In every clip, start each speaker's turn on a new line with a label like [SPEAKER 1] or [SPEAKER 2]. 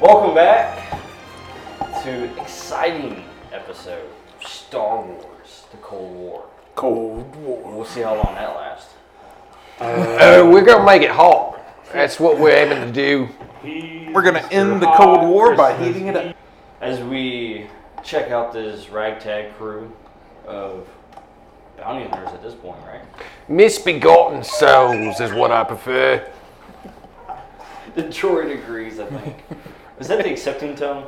[SPEAKER 1] Welcome back to an exciting episode of Star Wars: The Cold War.
[SPEAKER 2] Cold War.
[SPEAKER 1] We'll see how long that lasts.
[SPEAKER 3] Uh, we're gonna make it hot. That's what we're aiming to do.
[SPEAKER 2] We're gonna end the Cold War by heating it up.
[SPEAKER 1] As we check out this ragtag crew of bounty hunters at this point, right?
[SPEAKER 3] Misbegotten souls is what I prefer.
[SPEAKER 1] The droid agrees, I think. Is that the accepting tone?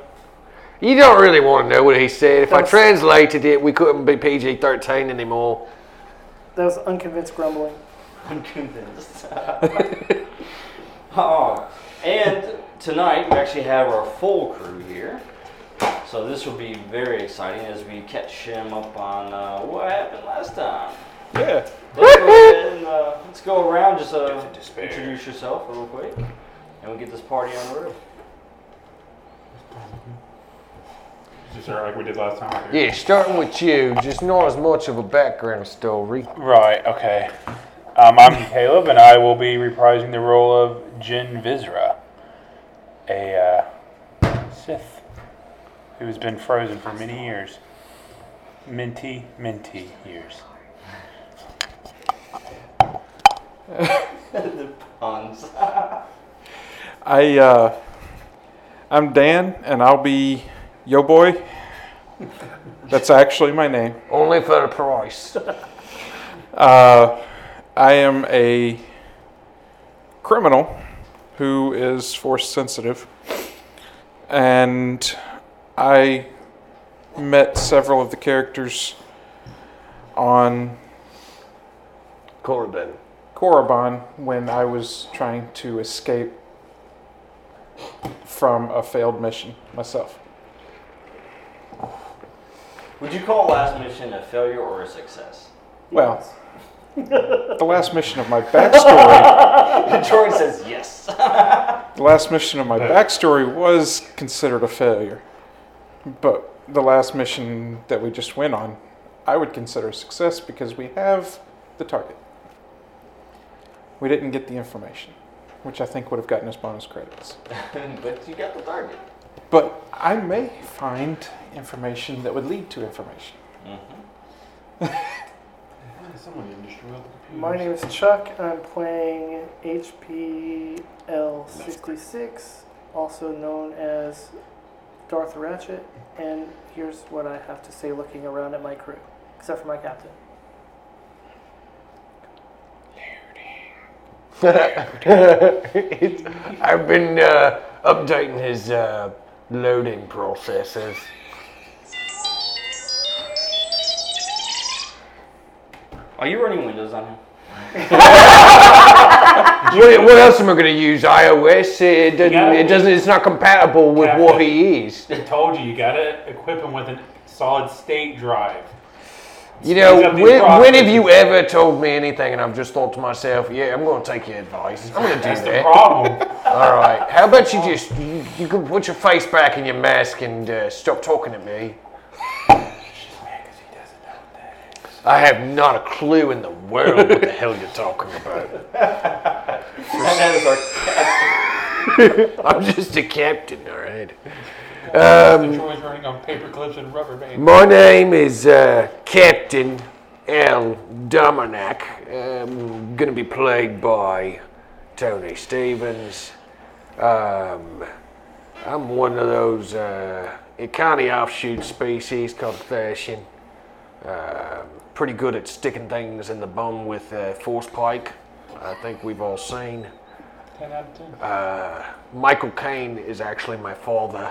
[SPEAKER 3] You don't really want to know what he said. If I
[SPEAKER 4] That's-
[SPEAKER 3] translated it, we couldn't be PG 13 anymore.
[SPEAKER 4] That was unconvinced grumbling.
[SPEAKER 1] I'm convinced. oh, and tonight we actually have our full crew here. So this will be very exciting as we catch him up on uh, what happened last time.
[SPEAKER 2] Yeah.
[SPEAKER 1] Let's go, ahead and, uh, let's go around, just uh, introduce yourself real quick, and we'll get this party on the road.
[SPEAKER 5] Just sort of like we did last time. right?
[SPEAKER 3] Yeah, starting with you, just not as much of a background story.
[SPEAKER 5] Right, okay. Um, I'm Caleb, and I will be reprising the role of Jin Vizra, a uh, Sith who has been frozen for many years. Minty, minty years.
[SPEAKER 1] the puns.
[SPEAKER 2] I uh, I'm Dan, and I'll be yo boy. That's actually my name.
[SPEAKER 3] Only for the price.
[SPEAKER 2] Uh, I am a criminal who is force sensitive, and I met several of the characters on
[SPEAKER 3] Corbin.
[SPEAKER 2] Korriban when I was trying to escape from a failed mission myself.
[SPEAKER 1] Would you call last mission a failure or a success?
[SPEAKER 2] Well, the last mission of my backstory,
[SPEAKER 1] The droid says yes.
[SPEAKER 2] the last mission of my backstory was considered a failure, but the last mission that we just went on, I would consider a success because we have the target. We didn't get the information, which I think would have gotten us bonus credits.
[SPEAKER 1] but you got the target.
[SPEAKER 2] But I may find information that would lead to information.
[SPEAKER 1] Mm-hmm.
[SPEAKER 4] My name is Chuck. and I'm playing HPL66, also known as Darth Ratchet. And here's what I have to say looking around at my crew, except for my captain.
[SPEAKER 3] It's- I've been uh, updating his uh, loading processes.
[SPEAKER 1] Are you running Windows on him?
[SPEAKER 3] What, what else am I going to use? iOS? It doesn't.
[SPEAKER 5] Yeah.
[SPEAKER 3] It doesn't. It's not compatible with
[SPEAKER 5] Yeah.
[SPEAKER 3] what he is.
[SPEAKER 5] I told you, you gotta equip him with a solid state drive.
[SPEAKER 3] You know,
[SPEAKER 5] up these
[SPEAKER 3] when,
[SPEAKER 5] processes.
[SPEAKER 3] when have you ever told me anything and I've just thought to myself, yeah, I'm going to take your advice. I'm going to do
[SPEAKER 5] That's the Oh.
[SPEAKER 3] that.
[SPEAKER 5] problem.
[SPEAKER 3] All right. How about you just you, you can put your face back in your mask and uh, stop talking to me. I have not a clue in the world what the hell you're talking about.
[SPEAKER 1] And that is our
[SPEAKER 3] I'm just a captain, all right.
[SPEAKER 5] the droid's running on paper clips and rubber bands.
[SPEAKER 3] My name is uh, Captain L. Dominac. I'm going to be played by Tony Stevens. Um, I'm one of those uh, Ikani offshoot species called Thirstian. Um pretty good at sticking things in the bum with uh, force pike. I think we've all seen.
[SPEAKER 5] 10 out of 10.
[SPEAKER 3] Uh, Michael Caine is actually my father,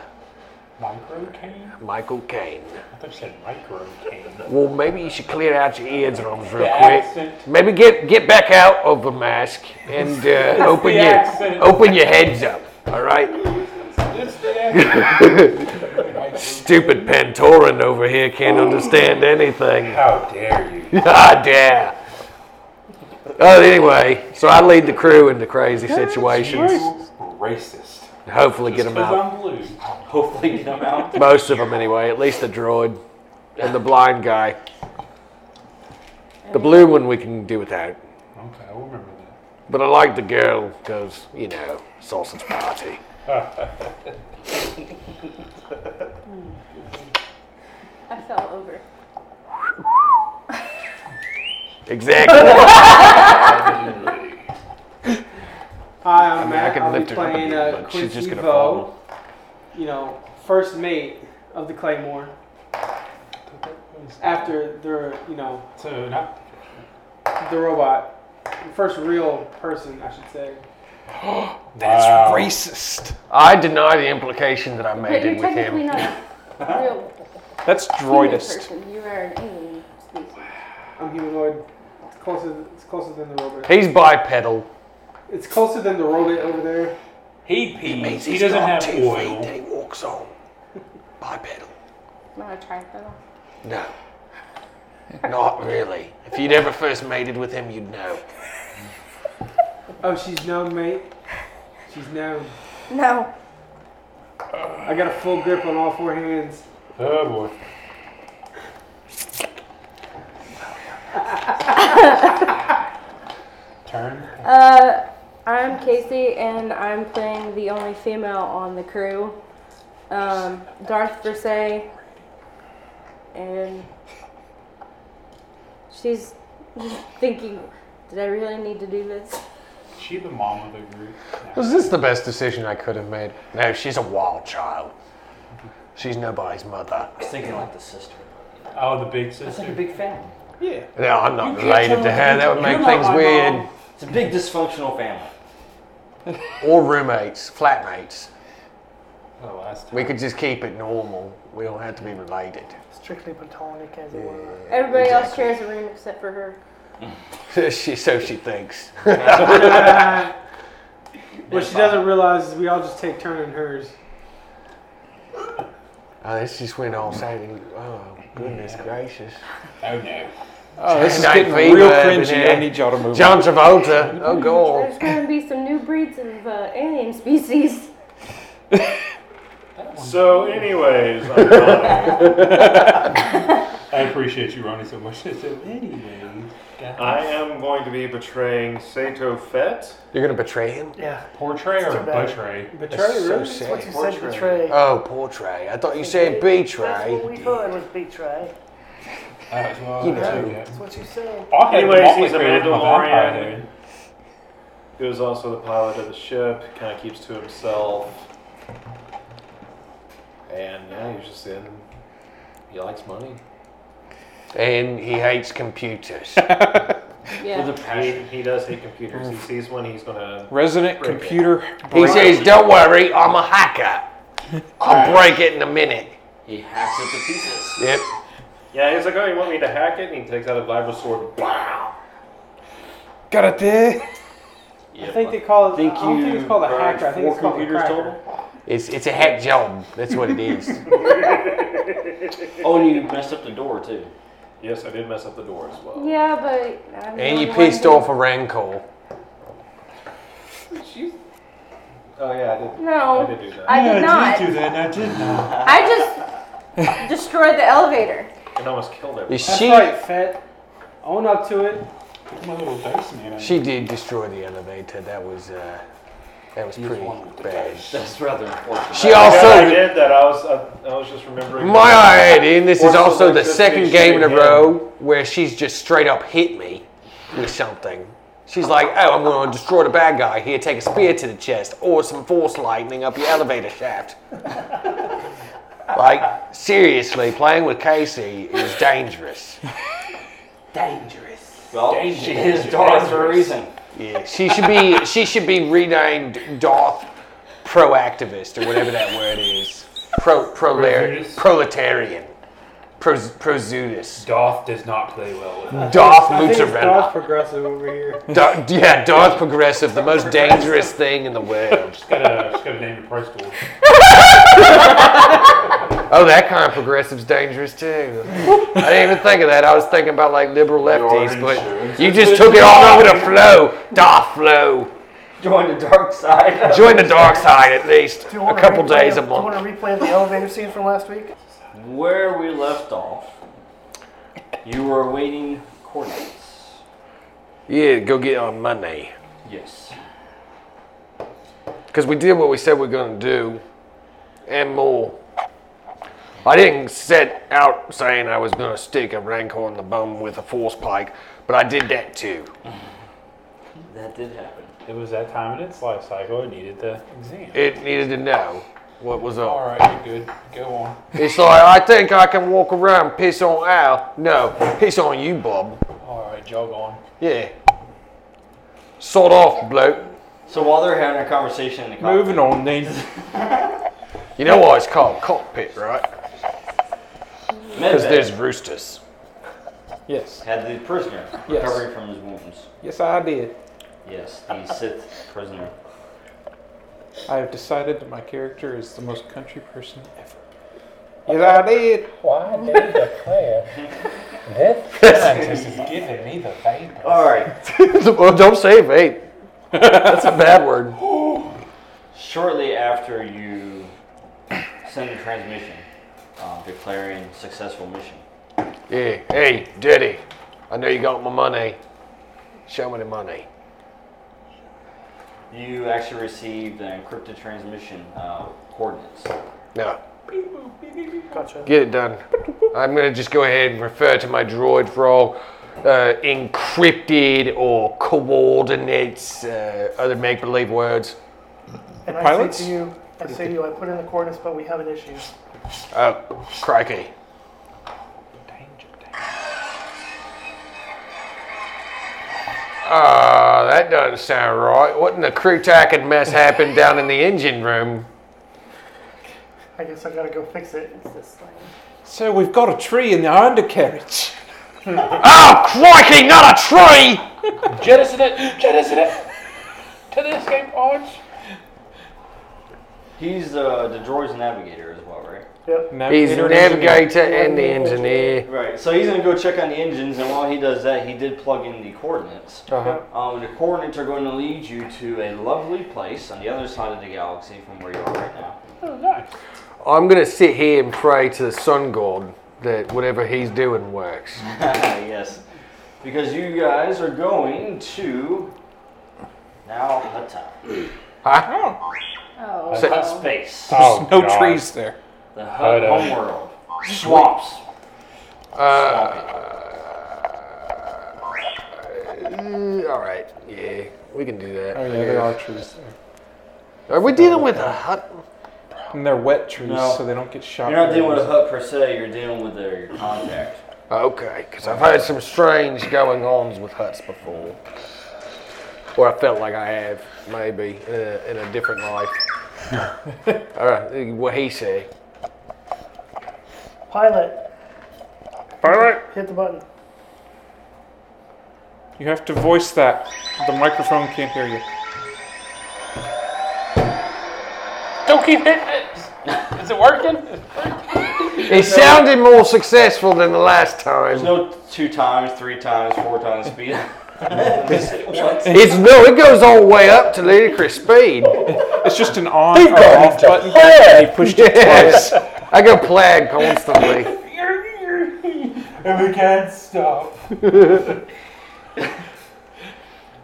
[SPEAKER 5] Micro cane?
[SPEAKER 3] Michael Caine.
[SPEAKER 5] I thought you said micro cane.
[SPEAKER 3] Well, maybe you should clear out your eardrums real
[SPEAKER 5] The
[SPEAKER 3] quick.
[SPEAKER 5] accent.
[SPEAKER 3] Maybe get get back out of the mask and uh, open
[SPEAKER 5] the
[SPEAKER 3] your
[SPEAKER 5] accent.
[SPEAKER 3] open your heads up. All right,
[SPEAKER 5] Just the accent.
[SPEAKER 3] stupid Pantoran over here can't understand anything.
[SPEAKER 5] How dare you?
[SPEAKER 3] Ah, yeah. Oh, anyway, so I lead the crew into crazy situations.
[SPEAKER 5] Racist.
[SPEAKER 3] Hopefully, get them
[SPEAKER 5] Because
[SPEAKER 3] out.
[SPEAKER 5] I'm blue.
[SPEAKER 1] hopefully get him out.
[SPEAKER 3] Most of them, anyway. At least the droid and the blind guy. The blue one we can do without.
[SPEAKER 5] Okay, I will remember that.
[SPEAKER 3] But I like the girl because, you know, sausage party.
[SPEAKER 6] I fell over.
[SPEAKER 3] Exactly.
[SPEAKER 7] Hi, I'm
[SPEAKER 3] mean, I
[SPEAKER 7] Matt.
[SPEAKER 3] could
[SPEAKER 7] I'll be
[SPEAKER 3] lift her up a
[SPEAKER 7] playing
[SPEAKER 3] bit,
[SPEAKER 7] uh,
[SPEAKER 3] but she's
[SPEAKER 7] Quincy
[SPEAKER 3] just gonna
[SPEAKER 7] Vo, you know, first mate of the Claymore. After the, you know,
[SPEAKER 5] So not
[SPEAKER 7] the robot, the first real person, I should say.
[SPEAKER 2] That's
[SPEAKER 5] Wow.
[SPEAKER 2] racist.
[SPEAKER 3] I deny the implication that I
[SPEAKER 6] But
[SPEAKER 3] made
[SPEAKER 6] you're
[SPEAKER 3] it with
[SPEAKER 6] technically
[SPEAKER 3] him.
[SPEAKER 6] not a real
[SPEAKER 2] That's
[SPEAKER 6] human
[SPEAKER 2] droidist.
[SPEAKER 6] person. You are an alien species.
[SPEAKER 7] I'm humanoid. It's closer, it's closer than the robot.
[SPEAKER 3] He's bipedal.
[SPEAKER 7] It's closer than the robot over there.
[SPEAKER 5] he pees. He doesn't have oil.
[SPEAKER 3] he walks on. Bipedal.
[SPEAKER 6] Not a tripedal.
[SPEAKER 3] No. Not really. If you'd ever first mated with him, you'd know.
[SPEAKER 7] Oh, she's known, mate. She's known.
[SPEAKER 6] No.
[SPEAKER 7] I got a full grip on all four hands.
[SPEAKER 5] Oh boy. Turn.
[SPEAKER 6] Uh, I'm Casey, and I'm playing the only female on the crew, um, Darth Versay, and she's thinking, "Did I really need to do this?"
[SPEAKER 5] She the mom of the group.
[SPEAKER 3] Was this the best decision I could have made? No, she's a wild child. She's nobody's mother.
[SPEAKER 1] I was thinking like the sister.
[SPEAKER 5] Oh, the big
[SPEAKER 1] It's like a
[SPEAKER 5] sister.
[SPEAKER 1] big family.
[SPEAKER 3] No, I'm
[SPEAKER 5] You
[SPEAKER 3] not
[SPEAKER 5] can't
[SPEAKER 3] related to
[SPEAKER 5] tell me
[SPEAKER 3] her.
[SPEAKER 5] you-
[SPEAKER 3] That would
[SPEAKER 5] you're
[SPEAKER 3] make
[SPEAKER 5] not
[SPEAKER 3] things
[SPEAKER 5] my
[SPEAKER 3] weird.
[SPEAKER 5] mom.
[SPEAKER 1] It's a big dysfunctional family.
[SPEAKER 3] Or roommates, flatmates.
[SPEAKER 5] The Oh, last time.
[SPEAKER 3] We could just keep it normal. We don't have to be related.
[SPEAKER 4] Strictly platonic, as it were.
[SPEAKER 6] Everybody else shares a room except for her.
[SPEAKER 3] she, so she thinks.
[SPEAKER 7] What she doesn't realize is we all just take turn in hers.
[SPEAKER 3] Oh, this just went all Saturday. Oh, goodness gracious.
[SPEAKER 5] Oh no.
[SPEAKER 2] Oh, this is
[SPEAKER 3] Night
[SPEAKER 2] getting
[SPEAKER 3] fever
[SPEAKER 2] real
[SPEAKER 3] over
[SPEAKER 2] cringy.
[SPEAKER 3] there.
[SPEAKER 2] I need y'all to move. on.
[SPEAKER 3] John Travolta. Oh, God.
[SPEAKER 6] There's going to be some new breeds of uh, alien species.
[SPEAKER 5] So, anyways, I'm Ronnie. I appreciate you, Ronnie, so much. So, anyways,
[SPEAKER 8] I am going to be betraying Sato Fett.
[SPEAKER 3] You're going to betray him?
[SPEAKER 4] Yeah.
[SPEAKER 5] portray
[SPEAKER 4] It's
[SPEAKER 5] or
[SPEAKER 4] too bad.
[SPEAKER 5] betray?
[SPEAKER 7] Betray,
[SPEAKER 3] That's so
[SPEAKER 7] really?
[SPEAKER 4] That's what you
[SPEAKER 3] sad.
[SPEAKER 4] said,
[SPEAKER 8] Portray.
[SPEAKER 4] betray.
[SPEAKER 3] Oh, portray. I thought you said
[SPEAKER 4] That's what
[SPEAKER 3] betray.
[SPEAKER 4] we thought was betray.
[SPEAKER 5] Uh, well,
[SPEAKER 3] You know.
[SPEAKER 5] okay.
[SPEAKER 4] That's what you said.
[SPEAKER 5] I'll have
[SPEAKER 8] Anyways,
[SPEAKER 5] Motley
[SPEAKER 8] he's a
[SPEAKER 5] created my vampire
[SPEAKER 8] Mandalorian.
[SPEAKER 5] dude.
[SPEAKER 8] He was also the pilot of the ship, kind of keeps to himself. And yeah, he's just in. He likes money.
[SPEAKER 3] And he hates computers.
[SPEAKER 6] Yeah.
[SPEAKER 1] With a
[SPEAKER 8] He,
[SPEAKER 1] passion.
[SPEAKER 8] he does hate computers. He sees one, he's gonna.
[SPEAKER 2] Resident
[SPEAKER 8] Break it.
[SPEAKER 2] computer.
[SPEAKER 3] He
[SPEAKER 2] brain.
[SPEAKER 3] says, Don't worry, I'm a hacker. I'll break it in a minute.
[SPEAKER 1] He hacks it to pieces.
[SPEAKER 3] Yep.
[SPEAKER 8] Yeah, he's like, oh, you want me to hack it? And he takes out a vibro sword. Wow!
[SPEAKER 2] Got it.
[SPEAKER 1] Yep.
[SPEAKER 7] I think they call it.
[SPEAKER 1] Think
[SPEAKER 7] I don't think
[SPEAKER 1] you
[SPEAKER 7] it's called a
[SPEAKER 1] burned
[SPEAKER 7] hacker. I think
[SPEAKER 1] four
[SPEAKER 7] it's called a
[SPEAKER 1] computers
[SPEAKER 7] cracker.
[SPEAKER 1] total?
[SPEAKER 3] It's, it's a hack job. That's what it is.
[SPEAKER 1] Oh, and you messed up the door too.
[SPEAKER 8] Yes, I did mess up the door as well.
[SPEAKER 6] Yeah, but. I'm the
[SPEAKER 3] and you
[SPEAKER 6] only one
[SPEAKER 3] pissed
[SPEAKER 6] who-
[SPEAKER 3] off a rancor.
[SPEAKER 8] Oh, yeah, I did. I
[SPEAKER 6] No,
[SPEAKER 8] did do that.
[SPEAKER 6] I did not.
[SPEAKER 5] do that, and I did not.
[SPEAKER 6] I just destroyed the elevator.
[SPEAKER 8] and almost killed everyone.
[SPEAKER 3] Is
[SPEAKER 7] That's
[SPEAKER 3] She,
[SPEAKER 7] right, Fett. Own up to it.
[SPEAKER 5] My little dice man.
[SPEAKER 3] she did destroy the elevator. That was, uh, that was pretty bad.
[SPEAKER 1] That's rather unfortunate.
[SPEAKER 3] She
[SPEAKER 8] yeah, I
[SPEAKER 3] also,
[SPEAKER 8] did that. I was, I, I was just remembering.
[SPEAKER 3] my eye, Ian, this is
[SPEAKER 8] Or
[SPEAKER 3] also the
[SPEAKER 8] selectively
[SPEAKER 3] second game in a
[SPEAKER 8] shooting
[SPEAKER 3] row where she's just straight up hit me with something. She's like, oh, I'm going to destroy the bad guy. Here, take a spear to the chest or some force lightning up your elevator shaft. like, seriously, playing with Casey is dangerous.
[SPEAKER 1] well, she is Darth for a reason.
[SPEAKER 3] Yeah, she should be she should be renamed Doth Proactivist or whatever that word is. Pro prolar,
[SPEAKER 5] Prozudis?
[SPEAKER 3] proletarian. Pro, prozudis.
[SPEAKER 5] Doth does not play well with it.
[SPEAKER 3] Doth
[SPEAKER 7] I think it's Dodge
[SPEAKER 3] Mozzarella.
[SPEAKER 7] Progressive over here.
[SPEAKER 3] Do, yeah, Doth Progressive, the most dangerous thing in the world.
[SPEAKER 5] Just gotta, just gotta name the price tool.
[SPEAKER 3] Oh, that kind of progressive's dangerous too. I didn't even think of that. I was thinking about like liberal lefties, but you just took it all over the flow. Doth flow.
[SPEAKER 1] Join the dark side.
[SPEAKER 3] Join the dark side at least
[SPEAKER 4] Do you
[SPEAKER 3] a
[SPEAKER 4] wanna
[SPEAKER 3] couple
[SPEAKER 4] replay
[SPEAKER 3] days
[SPEAKER 4] the-
[SPEAKER 3] a
[SPEAKER 4] Do you want
[SPEAKER 3] month.
[SPEAKER 4] to replay the elevator scene from last week?
[SPEAKER 1] Where we left off, you were awaiting coordinates.
[SPEAKER 3] Yeah, go get on Monday.
[SPEAKER 1] Yes.
[SPEAKER 3] Because we did what we said we are going to do, and more. I didn't set out saying I was going to stick a rancor in the bum with a force pike, but I did that too.
[SPEAKER 1] That did happen.
[SPEAKER 5] It was that time in its life cycle it needed the exam.
[SPEAKER 3] It needed to know what was up.
[SPEAKER 5] All right, you're good. Go on.
[SPEAKER 3] It's like, I think I can walk around, piss on Al. No, piss on you, Bob.
[SPEAKER 5] All right, jog on.
[SPEAKER 3] Yeah. Sort off, bloke.
[SPEAKER 1] So while they're having a conversation in the cockpit,
[SPEAKER 2] Moving on, Nate.
[SPEAKER 3] You know why it's called cockpit, right? Because
[SPEAKER 1] Medved
[SPEAKER 3] there's roosters.
[SPEAKER 2] Yes.
[SPEAKER 1] had the prisoner
[SPEAKER 2] Yes.
[SPEAKER 1] recovering from his wounds.
[SPEAKER 2] Yes, I did.
[SPEAKER 1] Yes, the Sith prisoner.
[SPEAKER 2] I have decided that my character is the most country person ever. Yes, I did.
[SPEAKER 5] Why did the player? This scientist is giving me the vapors.
[SPEAKER 1] All right.
[SPEAKER 3] well, don't say vape. That's a bad word.
[SPEAKER 1] Shortly after you send the transmission, uh, declaring successful mission.
[SPEAKER 3] Yeah. Hey, Daddy. I know you got my money. Show me the money.
[SPEAKER 1] You actually received an encrypted transmission uh, coordinates.
[SPEAKER 3] No.
[SPEAKER 4] Gotcha.
[SPEAKER 3] Get it done. I'm gonna just go ahead and refer to my droid for all uh, encrypted or coordinates, uh, other make-believe words.
[SPEAKER 4] And I
[SPEAKER 2] Pilots?
[SPEAKER 4] say to you, I say to you, I put in the coordinates, but we have an issue.
[SPEAKER 3] Oh, crikey. Ah, that doesn't sound right. What in the crew tack and mess happened down in the engine room?
[SPEAKER 4] I guess I gotta go fix it. It's this thing.
[SPEAKER 2] So we've got a tree in the undercarriage.
[SPEAKER 3] Oh, crikey, not a tree!
[SPEAKER 5] Jettison it! Jettison it! To the escape pods!
[SPEAKER 1] He's uh, the droid's navigator as well, right?
[SPEAKER 3] He's the
[SPEAKER 2] Navigator and engineer.
[SPEAKER 3] navigator and the engineer.
[SPEAKER 1] Right. So he's gonna go check on the engines, and while he does that, he did plug in the coordinates.
[SPEAKER 3] Uh-huh.
[SPEAKER 1] Um, the coordinates are going to lead you to a lovely place on the other side of the galaxy from where you are right now.
[SPEAKER 3] I'm gonna sit here and pray to the sun god that whatever he's doing works.
[SPEAKER 1] yes, because you guys are going to now Hutta
[SPEAKER 3] Huh?
[SPEAKER 6] Oh.
[SPEAKER 3] Say-
[SPEAKER 6] well.
[SPEAKER 1] space,
[SPEAKER 5] Oh,
[SPEAKER 2] No trees there.
[SPEAKER 1] the Hut
[SPEAKER 5] Hutta.
[SPEAKER 1] homeworld, swamps.
[SPEAKER 3] Uh, all right, yeah, we can do that.
[SPEAKER 2] Oh yeah,
[SPEAKER 3] I
[SPEAKER 2] there are
[SPEAKER 3] guess.
[SPEAKER 2] trees there.
[SPEAKER 3] Are we dealing with a hut?
[SPEAKER 2] And they're wet trees,
[SPEAKER 1] No.
[SPEAKER 2] so they don't get shot.
[SPEAKER 1] You're not
[SPEAKER 2] very
[SPEAKER 1] dealing with a
[SPEAKER 2] easily.
[SPEAKER 1] hut per se. You're dealing with their contact.
[SPEAKER 3] Okay, because I've had some strange going ons with huts before, or I felt like I have, maybe in a, in a different life. all right, what he said.
[SPEAKER 4] Pilot,
[SPEAKER 3] All right.
[SPEAKER 4] hit the button.
[SPEAKER 2] You have to voice that. The microphone can't hear you.
[SPEAKER 5] Don't keep hitting it! Is it working?
[SPEAKER 3] It sounded more successful than the last time.
[SPEAKER 1] There's no two times, three times, four times speed. Miss it once.
[SPEAKER 3] It's no, it goes all the way up to ludicrous speed.
[SPEAKER 2] It's just an on or off button.
[SPEAKER 3] He
[SPEAKER 2] pushed it twice.
[SPEAKER 3] I go plaid constantly.
[SPEAKER 5] and we can't stop.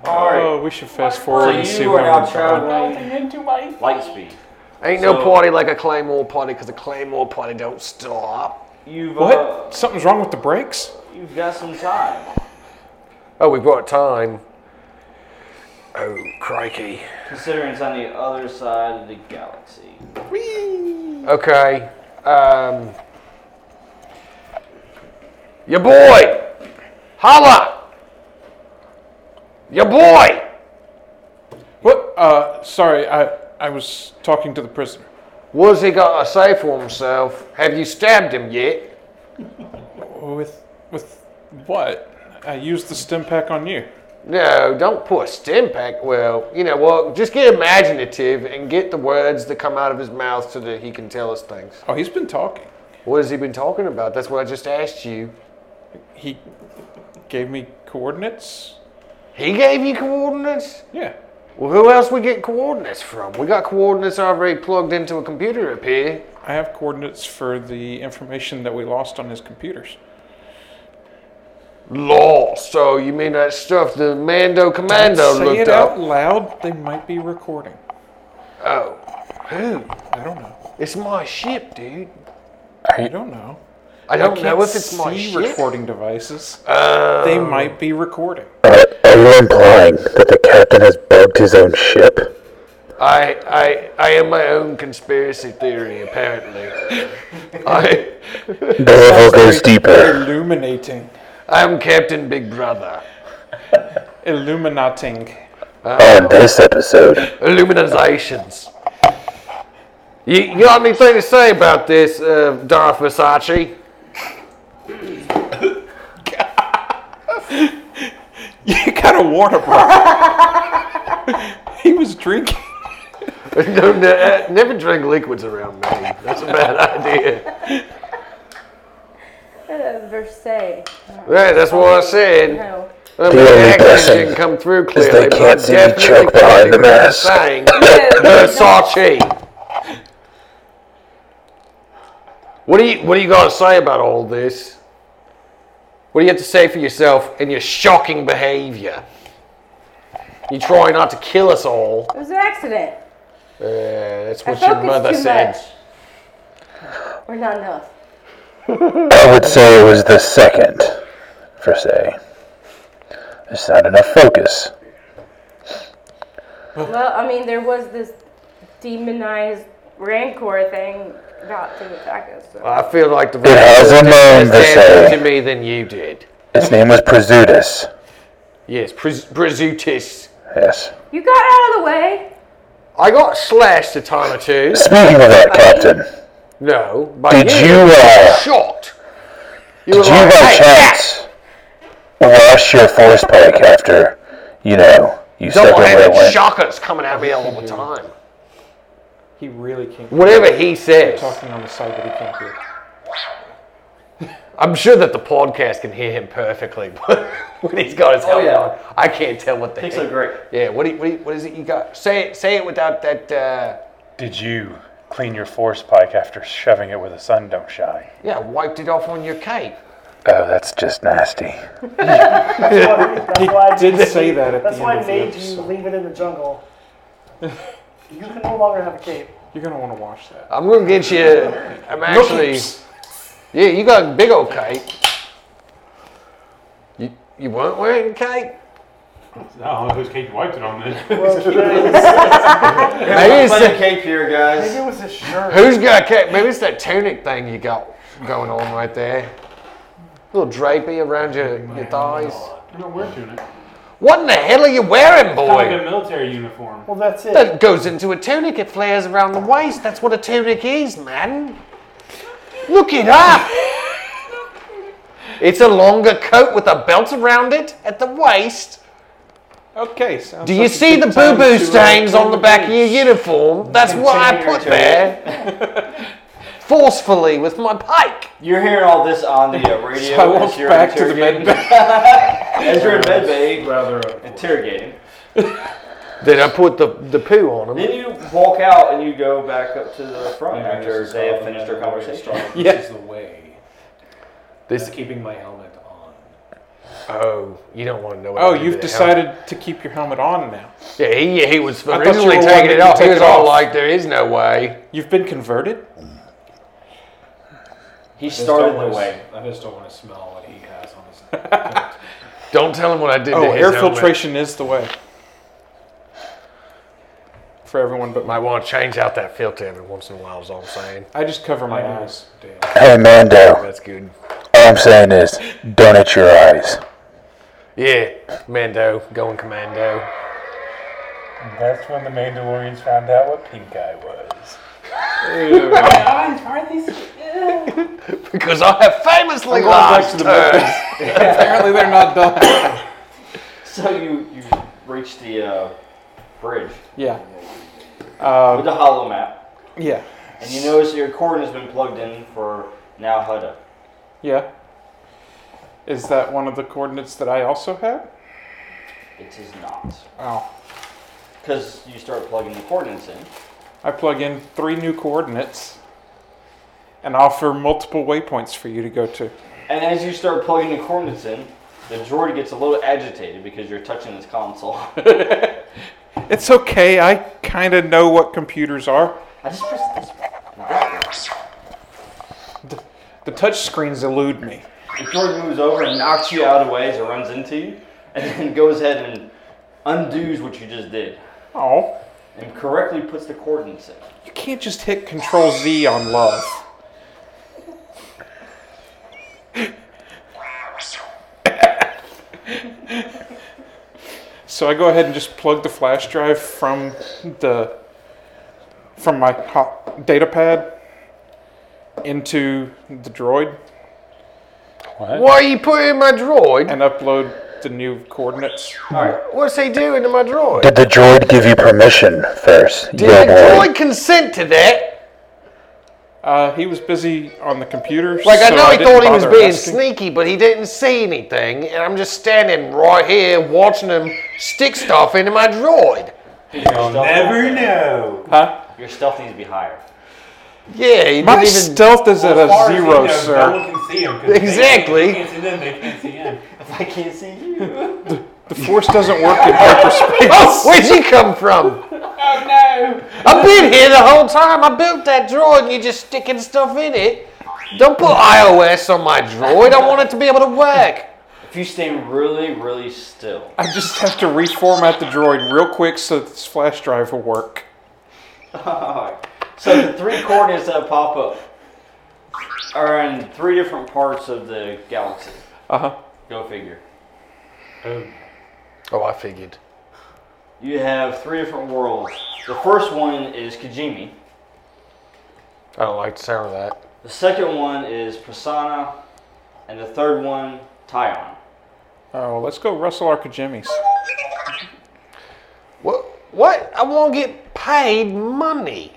[SPEAKER 1] All right.
[SPEAKER 2] Oh, we should fast
[SPEAKER 1] So
[SPEAKER 2] forward and see
[SPEAKER 1] you are
[SPEAKER 2] where
[SPEAKER 1] now
[SPEAKER 2] we're going.
[SPEAKER 1] traveling
[SPEAKER 5] into my.
[SPEAKER 1] light speed.
[SPEAKER 3] Ain't
[SPEAKER 1] So-
[SPEAKER 3] no party like a Claymore party because a Claymore party don't stop.
[SPEAKER 1] You've Uh,
[SPEAKER 2] What? Something's wrong with the brakes?
[SPEAKER 1] you've got some time.
[SPEAKER 3] Oh, we've got time. Oh, crikey.
[SPEAKER 1] Considering it's on the other side of the galaxy.
[SPEAKER 3] Okay. Um. Your boy! Holla! Your boy!
[SPEAKER 2] What? Uh, sorry, I I was talking to the prisoner.
[SPEAKER 3] What's he got to say for himself? Have you stabbed him yet?
[SPEAKER 2] With with what? I used the stem pack on you.
[SPEAKER 3] No, don't put a stem pack. Well, you know what? Just get imaginative and get the words that come out of his mouth so that he can tell us things.
[SPEAKER 2] Oh, he's been talking.
[SPEAKER 3] What has he been talking about? That's what I just asked you.
[SPEAKER 2] He gave me coordinates.
[SPEAKER 3] He gave you coordinates?
[SPEAKER 2] Yeah.
[SPEAKER 3] Well, who else we get coordinates from? We got coordinates already plugged into a computer up here.
[SPEAKER 2] I have coordinates for the information that we lost on his computers.
[SPEAKER 3] Law. So you mean that stuff the Mando Commando
[SPEAKER 2] Say
[SPEAKER 3] looked
[SPEAKER 2] it
[SPEAKER 3] up?
[SPEAKER 2] out loud. They might be recording.
[SPEAKER 3] Oh, who?
[SPEAKER 2] I don't know.
[SPEAKER 3] It's my ship, dude.
[SPEAKER 2] I don't know.
[SPEAKER 3] I don't
[SPEAKER 2] can't
[SPEAKER 3] know if it's my
[SPEAKER 2] see
[SPEAKER 3] ship.
[SPEAKER 2] recording devices.
[SPEAKER 3] Uh,
[SPEAKER 2] They might be recording.
[SPEAKER 9] Are you implying that the captain has bugged his own ship?
[SPEAKER 3] I, I, I am my own conspiracy theory, apparently. I,
[SPEAKER 9] The level goes deeper.
[SPEAKER 2] Illuminating.
[SPEAKER 3] I am Captain Big Brother.
[SPEAKER 2] Illuminating.
[SPEAKER 9] On this episode,
[SPEAKER 3] Illuminations. You, you got anything to say about this, uh, Darth Versace?
[SPEAKER 2] You gotta warn about He was drinking.
[SPEAKER 3] no, no, uh, never drink liquids around me. That's a bad idea.
[SPEAKER 6] Uh, Versailles.
[SPEAKER 3] Right, that's what I said.
[SPEAKER 6] No.
[SPEAKER 3] I mean,
[SPEAKER 9] The only
[SPEAKER 3] the accent
[SPEAKER 9] blessing
[SPEAKER 3] didn't come through clearly.
[SPEAKER 9] they
[SPEAKER 3] but
[SPEAKER 9] can't see me
[SPEAKER 3] definitely
[SPEAKER 9] choke
[SPEAKER 3] caught
[SPEAKER 9] behind
[SPEAKER 3] it
[SPEAKER 9] the
[SPEAKER 3] without
[SPEAKER 9] mask.
[SPEAKER 3] saying
[SPEAKER 6] No.
[SPEAKER 3] Versace. What do you What do you got to say about all this? What do you have to say for yourself and your shocking behavior? You try not to kill us all.
[SPEAKER 6] It was an accident.
[SPEAKER 3] Uh, that's
[SPEAKER 6] I
[SPEAKER 3] what your
[SPEAKER 6] focused
[SPEAKER 3] mother
[SPEAKER 6] too
[SPEAKER 3] said.
[SPEAKER 6] much. Or not enough.
[SPEAKER 9] I would say it was the second, per se. There's not enough focus.
[SPEAKER 6] Well, I mean, there was this demonized rancor thing about to attack us. So.
[SPEAKER 3] I feel like the
[SPEAKER 9] It has a name, they
[SPEAKER 3] to
[SPEAKER 9] say.
[SPEAKER 3] me than you did.
[SPEAKER 9] Its name was Presudus.
[SPEAKER 3] Yes, Pres- Presutis.
[SPEAKER 9] Yes.
[SPEAKER 6] You got out of the way.
[SPEAKER 3] I got slashed a time or two.
[SPEAKER 9] Speaking of that, Captain,
[SPEAKER 3] No, by
[SPEAKER 9] did you, uh,
[SPEAKER 3] shot? You
[SPEAKER 9] did
[SPEAKER 3] were
[SPEAKER 9] you
[SPEAKER 3] like,
[SPEAKER 9] by
[SPEAKER 3] "Hey,
[SPEAKER 9] chance wash your force pike after, you know, you
[SPEAKER 3] Don't
[SPEAKER 9] stepped
[SPEAKER 3] want
[SPEAKER 9] over the
[SPEAKER 3] having
[SPEAKER 9] wind?
[SPEAKER 3] shockers coming at me all the time.
[SPEAKER 2] He really can't.
[SPEAKER 3] Whatever he says,
[SPEAKER 2] Talking on the side that he can't hear.
[SPEAKER 3] I'm sure that the podcast can hear him perfectly but when he's got his helmet
[SPEAKER 1] Oh, yeah.
[SPEAKER 3] on. I can't tell what the
[SPEAKER 1] Things
[SPEAKER 3] heck-
[SPEAKER 1] are great.
[SPEAKER 3] Yeah, what, do you, what, do you- what is it you got? Say it, say it without that. Uh,
[SPEAKER 5] Did you clean your force pike after shoving it with a sun don't shine?
[SPEAKER 3] yeah, wiped it off on your cape.
[SPEAKER 9] Oh, that's just nasty.
[SPEAKER 4] That's why I
[SPEAKER 2] Did
[SPEAKER 4] made
[SPEAKER 2] say
[SPEAKER 4] you-
[SPEAKER 2] that at
[SPEAKER 4] That's
[SPEAKER 2] the
[SPEAKER 4] why
[SPEAKER 2] end
[SPEAKER 4] I
[SPEAKER 2] of the
[SPEAKER 4] made you
[SPEAKER 2] episode.
[SPEAKER 4] leave it in the jungle. you can no longer have a cape.
[SPEAKER 2] You're gonna want to watch that.
[SPEAKER 3] I'm gonna get you. I'm actually. Yeah, you got a big old cape. You you weren't wearing a cape.
[SPEAKER 8] I don't know whose cake you wiped it on then.
[SPEAKER 4] Well, you know,
[SPEAKER 3] Maybe it's
[SPEAKER 1] Plenty of
[SPEAKER 3] the,
[SPEAKER 1] cake here, guys.
[SPEAKER 4] it was a shirt.
[SPEAKER 3] who's got a cape? Maybe it's that tunic thing you got going on right there. little drapey around your, your thighs.
[SPEAKER 8] I don't wear tunic.
[SPEAKER 3] What in the hell are you wearing,
[SPEAKER 8] Like a
[SPEAKER 3] boy?
[SPEAKER 8] military uniform.
[SPEAKER 4] Well, that's it.
[SPEAKER 3] That goes into a tunic. It flares around the waist. That's what a tunic is, man. Look it up. It's a longer coat with a belt around it at the waist.
[SPEAKER 2] Okay. Sounds
[SPEAKER 3] Do you
[SPEAKER 2] like a
[SPEAKER 3] see
[SPEAKER 2] good
[SPEAKER 3] the
[SPEAKER 2] time
[SPEAKER 3] boo boo
[SPEAKER 2] to, uh,
[SPEAKER 3] stains on
[SPEAKER 2] turn
[SPEAKER 3] the back of your uniform? That's what I put there. Forcefully with my pike.
[SPEAKER 1] You're hearing all this on the uh, radio.
[SPEAKER 2] I walked
[SPEAKER 1] as you're
[SPEAKER 2] back to the med
[SPEAKER 1] interrogating- As you're in bed bay,
[SPEAKER 8] Rather, a-
[SPEAKER 1] interrogating.
[SPEAKER 3] Then I put the, the poo on him.
[SPEAKER 1] Then you walk out and you go back up to the front
[SPEAKER 8] Yeah,
[SPEAKER 1] after
[SPEAKER 8] this is
[SPEAKER 1] they have
[SPEAKER 8] how
[SPEAKER 1] finished
[SPEAKER 8] the
[SPEAKER 1] their
[SPEAKER 8] military is
[SPEAKER 1] conversation.
[SPEAKER 8] strong.
[SPEAKER 2] Yeah.
[SPEAKER 8] This is the way.
[SPEAKER 3] This-
[SPEAKER 8] This keeping my helmet on.
[SPEAKER 3] Oh, you don't want to know. What I
[SPEAKER 2] Oh,
[SPEAKER 3] did
[SPEAKER 2] you've
[SPEAKER 3] to the
[SPEAKER 2] decided to keep your helmet on now.
[SPEAKER 3] helmet. Yeah, he, he was
[SPEAKER 2] thought you
[SPEAKER 3] originally
[SPEAKER 2] were
[SPEAKER 3] taking
[SPEAKER 2] wanting
[SPEAKER 3] it
[SPEAKER 2] to
[SPEAKER 3] off. He
[SPEAKER 2] take
[SPEAKER 3] was
[SPEAKER 2] it
[SPEAKER 3] all
[SPEAKER 2] off.
[SPEAKER 3] like, "There is no way."
[SPEAKER 2] You've been converted.
[SPEAKER 1] He
[SPEAKER 8] I just don't
[SPEAKER 1] started
[SPEAKER 8] wanna
[SPEAKER 1] the
[SPEAKER 8] s-
[SPEAKER 1] way.
[SPEAKER 8] I just don't want to smell what he has on his.
[SPEAKER 3] Don't tell him what I did to
[SPEAKER 2] Oh,
[SPEAKER 3] his
[SPEAKER 2] air
[SPEAKER 3] helmet.
[SPEAKER 2] filtration is the way. For everyone but my.
[SPEAKER 3] Might want to change out that filter every once in a while. Is all I'm saying.
[SPEAKER 2] I just cover my eyes.
[SPEAKER 9] Hey, Mando,
[SPEAKER 3] That's good.
[SPEAKER 9] all I'm saying is don't hit your eyes.
[SPEAKER 3] Yeah, Mando, going commando.
[SPEAKER 5] That's when the Mandalorians found out what pink eye was.
[SPEAKER 3] Because I have famously lost.
[SPEAKER 2] Apparently, they're not done.
[SPEAKER 1] So you you reach the uh, bridge
[SPEAKER 2] Yeah. um,
[SPEAKER 1] with the hollow map,
[SPEAKER 2] Yeah.
[SPEAKER 1] and you notice your cord has been plugged in for now Huda.
[SPEAKER 2] Yeah. Is that one of the coordinates that I also had?
[SPEAKER 1] It is not
[SPEAKER 2] Oh.
[SPEAKER 1] because you start plugging the coordinates in.
[SPEAKER 2] I plug in three new coordinates and offer multiple waypoints for you to go to.
[SPEAKER 1] And as you start plugging the coordinates in, The droid gets a little agitated because you're touching his console.
[SPEAKER 2] It's okay. I kind of know what computers are.
[SPEAKER 1] I just press this.
[SPEAKER 2] The touch screens elude me.
[SPEAKER 1] The droid moves over and knocks you out of the way as it runs into you, and then goes ahead and undoes what you just did,
[SPEAKER 2] Oh,
[SPEAKER 1] and correctly puts the coordinates in.
[SPEAKER 2] you can't just hit Control Z on love. so I go ahead and just plug the flash drive from the from my hot data pad into the droid
[SPEAKER 3] Why are you putting in my droid?
[SPEAKER 2] and upload the new coordinates.
[SPEAKER 3] What's he doing to my droid?
[SPEAKER 9] Did the droid give you permission first,
[SPEAKER 3] Did the
[SPEAKER 9] Gilroy?
[SPEAKER 3] droid consent to that?
[SPEAKER 2] Uh, he was busy on the computer.
[SPEAKER 3] Like, I
[SPEAKER 2] so
[SPEAKER 3] know he
[SPEAKER 2] didn't
[SPEAKER 3] thought he was
[SPEAKER 2] bother
[SPEAKER 3] being
[SPEAKER 2] asking.
[SPEAKER 3] sneaky, but he didn't say anything, and I'm just standing right here watching him stick stuff into my droid.
[SPEAKER 1] You'll
[SPEAKER 8] Never know.
[SPEAKER 2] Huh?
[SPEAKER 1] Your stealth needs to be higher.
[SPEAKER 3] Yeah, he
[SPEAKER 2] My
[SPEAKER 3] didn't even.
[SPEAKER 2] stealth is at
[SPEAKER 8] As far
[SPEAKER 2] a
[SPEAKER 8] as he
[SPEAKER 2] zero,
[SPEAKER 8] knows,
[SPEAKER 2] sir.
[SPEAKER 8] No one can see him. 'cause they-
[SPEAKER 3] Exactly.
[SPEAKER 8] They can't see them. They can't see him.
[SPEAKER 1] I can't see you.
[SPEAKER 2] The force doesn't work in hyperspace.
[SPEAKER 3] Where'd you come from?
[SPEAKER 7] Oh no!
[SPEAKER 3] I've been here the whole time. I built that droid, and you're just sticking stuff in it. Don't put iOS on my droid. I want it to be able to work.
[SPEAKER 1] If you stand really, really still,
[SPEAKER 2] I just have to reformat the droid real quick so that this flash drive will work.
[SPEAKER 1] Alright. So the three coordinates that pop up are in three different parts of the galaxy.
[SPEAKER 2] Uh huh.
[SPEAKER 1] Go figure.
[SPEAKER 3] Oh, I figured.
[SPEAKER 1] You have three different worlds. The first one is Kijimi.
[SPEAKER 3] I don't like the sound of that.
[SPEAKER 1] The second one is Prasanna, and the third one, Tyon.
[SPEAKER 2] Oh, let's go Russell Arkajimis.
[SPEAKER 3] What? What? I want to get paid money.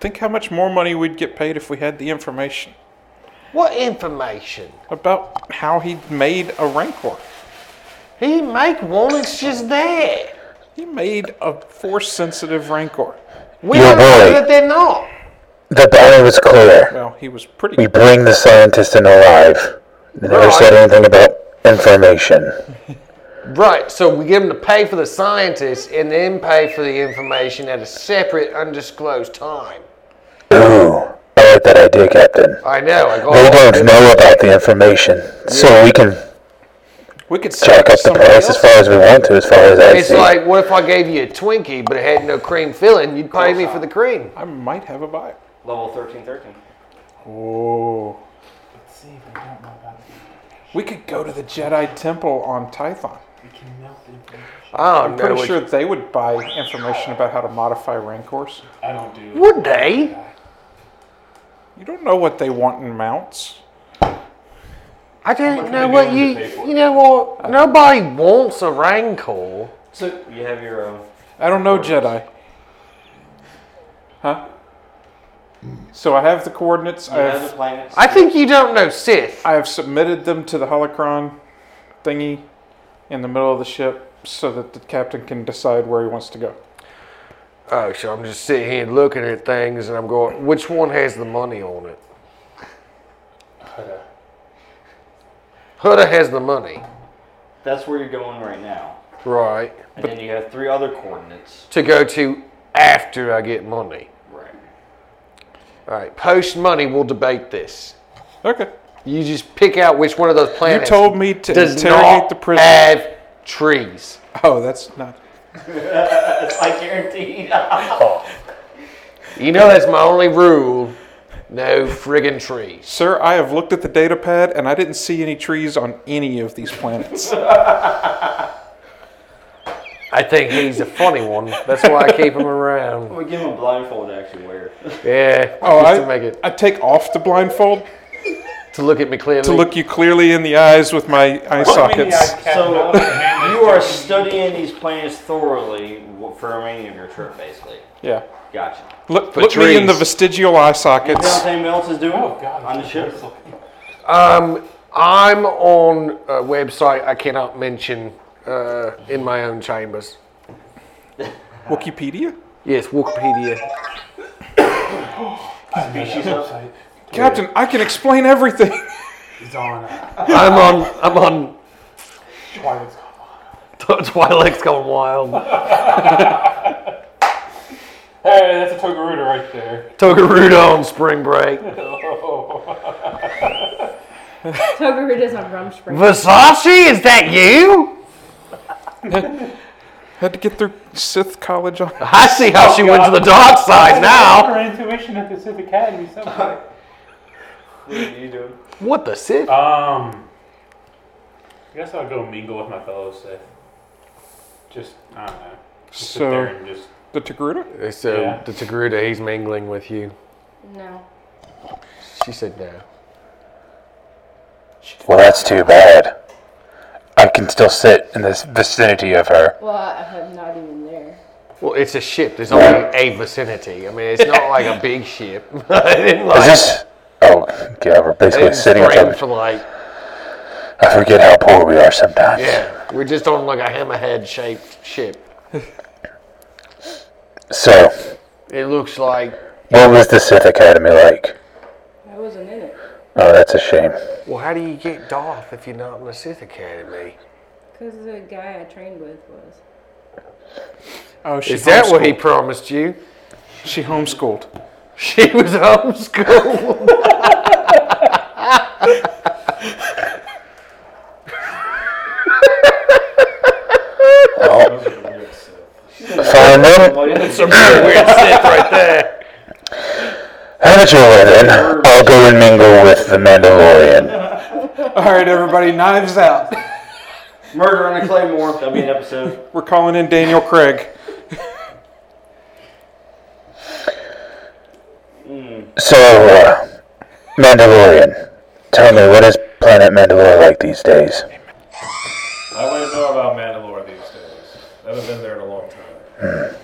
[SPEAKER 2] Think how much more money we'd get paid if we had the information
[SPEAKER 3] What information?
[SPEAKER 2] about how he made a Rancor.
[SPEAKER 3] He make one. It's just there.
[SPEAKER 2] He made a force-sensitive Rancor.
[SPEAKER 3] We
[SPEAKER 9] You're
[SPEAKER 3] don't know
[SPEAKER 9] right.
[SPEAKER 3] that they're not.
[SPEAKER 9] The battle was clear.
[SPEAKER 2] Well, he was
[SPEAKER 9] We
[SPEAKER 2] pretty.
[SPEAKER 9] bring the scientist in alive. They never said anything about information.
[SPEAKER 3] Right. So we give them to pay for the scientists and then pay for the information at a separate, undisclosed time.
[SPEAKER 9] Ooh, Oh, I like that idea, Captain.
[SPEAKER 3] I know. I "Oh, got
[SPEAKER 9] They don't know about the information, so we can
[SPEAKER 2] We could
[SPEAKER 9] jack up the
[SPEAKER 2] somebody
[SPEAKER 9] price as
[SPEAKER 2] else.
[SPEAKER 9] far as we want to, as far as I
[SPEAKER 3] It's
[SPEAKER 9] see.
[SPEAKER 3] like, what if I gave you a Twinkie but it had no cream filling? You'd pay me for the cream.
[SPEAKER 2] I might have a buy.
[SPEAKER 1] Level 1313.
[SPEAKER 2] Oh. We could go to the Jedi Temple on Tython.
[SPEAKER 3] Oh,
[SPEAKER 2] I'm
[SPEAKER 3] no.
[SPEAKER 2] pretty sure they would buy information about how to modify Rancors.
[SPEAKER 8] I don't do.
[SPEAKER 3] Would they?
[SPEAKER 2] You don't know what they want in mounts.
[SPEAKER 3] I don't know
[SPEAKER 8] they
[SPEAKER 3] what
[SPEAKER 8] willing
[SPEAKER 3] you.
[SPEAKER 8] to pay for it?
[SPEAKER 3] You know what? Nobody wants a Rancor.
[SPEAKER 1] So you have your uh,
[SPEAKER 2] I don't know Jedi. Huh? So I have the coordinates. uh, I
[SPEAKER 1] you have the
[SPEAKER 2] have,
[SPEAKER 1] planets.
[SPEAKER 3] I think you don't know Sith.
[SPEAKER 2] I have submitted them to the holocron thingy in the middle of the ship so that the captain can decide where he wants to go.
[SPEAKER 3] Oh, so I'm just sitting here looking at things and I'm going, which one has the money on it? Huda has the money.
[SPEAKER 1] That's where you're going right now.
[SPEAKER 3] Right.
[SPEAKER 1] And then you have three other coordinates.
[SPEAKER 3] To go to after I get money.
[SPEAKER 1] Right.
[SPEAKER 3] All right. Post money, we'll debate this.
[SPEAKER 2] Okay.
[SPEAKER 3] You just pick out which one of those
[SPEAKER 2] You
[SPEAKER 3] planets
[SPEAKER 2] told me to
[SPEAKER 3] does
[SPEAKER 2] interrogate
[SPEAKER 3] not
[SPEAKER 2] the prisoner.
[SPEAKER 3] have trees.
[SPEAKER 2] Oh, that's not.
[SPEAKER 1] I guarantee.
[SPEAKER 3] You know that's my only rule. No friggin' trees.
[SPEAKER 2] Sir, I have looked at the data pad and I didn't see any trees on any of these planets.
[SPEAKER 3] I think he's a funny one. That's why I keep him around.
[SPEAKER 1] we give him a blindfold to actually wear.
[SPEAKER 3] Yeah.
[SPEAKER 2] Oh,
[SPEAKER 3] just
[SPEAKER 2] I,
[SPEAKER 3] to make it
[SPEAKER 2] I take off the blindfold
[SPEAKER 3] to look at me clearly.
[SPEAKER 2] to look you clearly in the eyes with my eye sockets.
[SPEAKER 1] So you are studying these plans thoroughly w- for the remaining of your trip, basically.
[SPEAKER 2] Yeah.
[SPEAKER 1] Gotcha.
[SPEAKER 2] Look,
[SPEAKER 3] For
[SPEAKER 2] look me in the
[SPEAKER 3] trees.
[SPEAKER 2] vestigial eye
[SPEAKER 1] You know
[SPEAKER 2] sockets.
[SPEAKER 1] what anyone else is doing
[SPEAKER 8] Oh,
[SPEAKER 5] Oh,
[SPEAKER 1] on the ship?
[SPEAKER 3] Um, I'm on a website I cannot mention uh, in my own chambers.
[SPEAKER 2] Wikipedia?
[SPEAKER 3] Yes, Wikipedia.
[SPEAKER 1] Species up.
[SPEAKER 2] Captain, I can explain everything.
[SPEAKER 8] He's on. uh,
[SPEAKER 3] I'm on. I'm on
[SPEAKER 7] Twilight's gone.
[SPEAKER 3] Twilight's going wild.
[SPEAKER 5] Hey, that's a Togaruda right there.
[SPEAKER 3] Togarudo on spring break.
[SPEAKER 6] Togaruda's on Rumspring.
[SPEAKER 3] Versace, is that you?
[SPEAKER 2] Had to get through Sith College on.
[SPEAKER 3] I see how she went to the dark side now.
[SPEAKER 5] Her intuition at the Sith Academy somewhere.
[SPEAKER 1] What are you doing?
[SPEAKER 3] What the Sith?
[SPEAKER 7] Uh,
[SPEAKER 5] um, I guess I'll go mingle with my fellow Sith. Just I don't know. Just sit there
[SPEAKER 2] So
[SPEAKER 5] and just
[SPEAKER 2] the Togruta?
[SPEAKER 3] So
[SPEAKER 5] Yeah.
[SPEAKER 3] the Togruta, he's mingling with you.
[SPEAKER 6] No.
[SPEAKER 3] She said no.
[SPEAKER 9] Well, that's too bad. I can still sit in this vicinity of her.
[SPEAKER 6] Well, I- I'm not even there.
[SPEAKER 3] Well, it's a ship. There's only a vicinity. I mean, it's not like a big ship. I didn't
[SPEAKER 9] Is
[SPEAKER 3] like.
[SPEAKER 9] this? Oh, yeah, we're
[SPEAKER 3] I
[SPEAKER 9] basically
[SPEAKER 3] didn't
[SPEAKER 9] sitting
[SPEAKER 3] frame
[SPEAKER 9] up.
[SPEAKER 3] for like.
[SPEAKER 9] I forget how poor we are sometimes.
[SPEAKER 3] Yeah, we're just on like a hammerhead shaped ship.
[SPEAKER 9] So,
[SPEAKER 3] It looks like.
[SPEAKER 9] what was the Sith Academy like?
[SPEAKER 6] I wasn't in it.
[SPEAKER 9] Oh, that's a shame.
[SPEAKER 3] Well, how do you get Darth if you're not in the Sith Academy?
[SPEAKER 6] Because the guy I trained with was.
[SPEAKER 2] Oh, she
[SPEAKER 3] Is that what he
[SPEAKER 2] homeschooled.
[SPEAKER 3] promised you?
[SPEAKER 2] She homeschooled.
[SPEAKER 3] She was homeschooled.
[SPEAKER 9] Fine then.
[SPEAKER 3] Some really weird Sith right there.
[SPEAKER 9] How much over then? I'll go and mingle with the Mandalorian.
[SPEAKER 2] All right, everybody, knives out.
[SPEAKER 1] Murder on a claymore. That'll be an episode.
[SPEAKER 2] We're calling in Daniel Craig.
[SPEAKER 9] So, uh, Mandalorian, tell me what is planet Mandalore like these days?
[SPEAKER 8] I want to know about Mandalore these days. I haven't been there in a long time.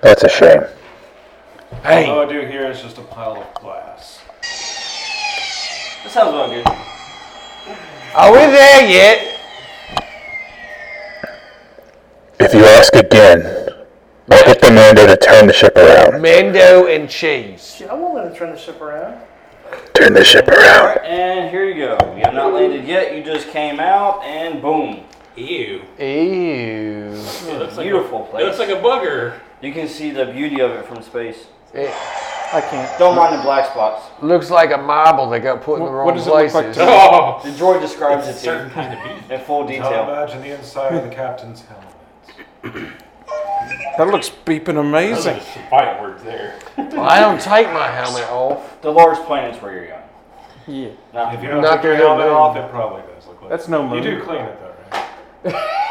[SPEAKER 9] That's a shame.
[SPEAKER 8] All
[SPEAKER 3] Hey,
[SPEAKER 8] I do here is just a pile of glass.
[SPEAKER 1] That sounds about good.
[SPEAKER 3] are we there yet?
[SPEAKER 9] If you ask again, I'll get the Mando to turn the ship around.
[SPEAKER 3] Mando and cheese.
[SPEAKER 4] Shit, I won't let him turn the ship around.
[SPEAKER 9] Turn the ship around.
[SPEAKER 1] And here you go. You have not landed yet. You just came out, and boom.
[SPEAKER 5] Ew.
[SPEAKER 3] Ew.
[SPEAKER 1] Beautiful place.
[SPEAKER 5] a bugger.
[SPEAKER 1] you can see the beauty of it from space.
[SPEAKER 3] It
[SPEAKER 2] I can't.
[SPEAKER 1] Don't mind the black spots.
[SPEAKER 3] looks like a marble that got put in the
[SPEAKER 2] What-
[SPEAKER 3] wrong
[SPEAKER 2] what does it look
[SPEAKER 3] places.
[SPEAKER 2] like to-
[SPEAKER 5] Oh,
[SPEAKER 1] The droid describes it to
[SPEAKER 5] certain
[SPEAKER 1] you
[SPEAKER 5] kind of beat.
[SPEAKER 1] in full
[SPEAKER 8] Now
[SPEAKER 1] detail.
[SPEAKER 8] imagine the inside of the captain's helmet.
[SPEAKER 2] That looks beeping
[SPEAKER 5] Those are
[SPEAKER 2] amazing.
[SPEAKER 5] just some fight words there.
[SPEAKER 3] I don't take my helmet off.
[SPEAKER 1] The largest planet's where you're going.
[SPEAKER 2] Yeah.
[SPEAKER 8] If
[SPEAKER 1] Not,
[SPEAKER 8] you don't
[SPEAKER 3] Not
[SPEAKER 8] take your
[SPEAKER 3] gonna
[SPEAKER 8] helmet
[SPEAKER 3] do it.
[SPEAKER 8] off, it probably does look like
[SPEAKER 2] That's no
[SPEAKER 8] You
[SPEAKER 2] moon.
[SPEAKER 8] do clean it though, right?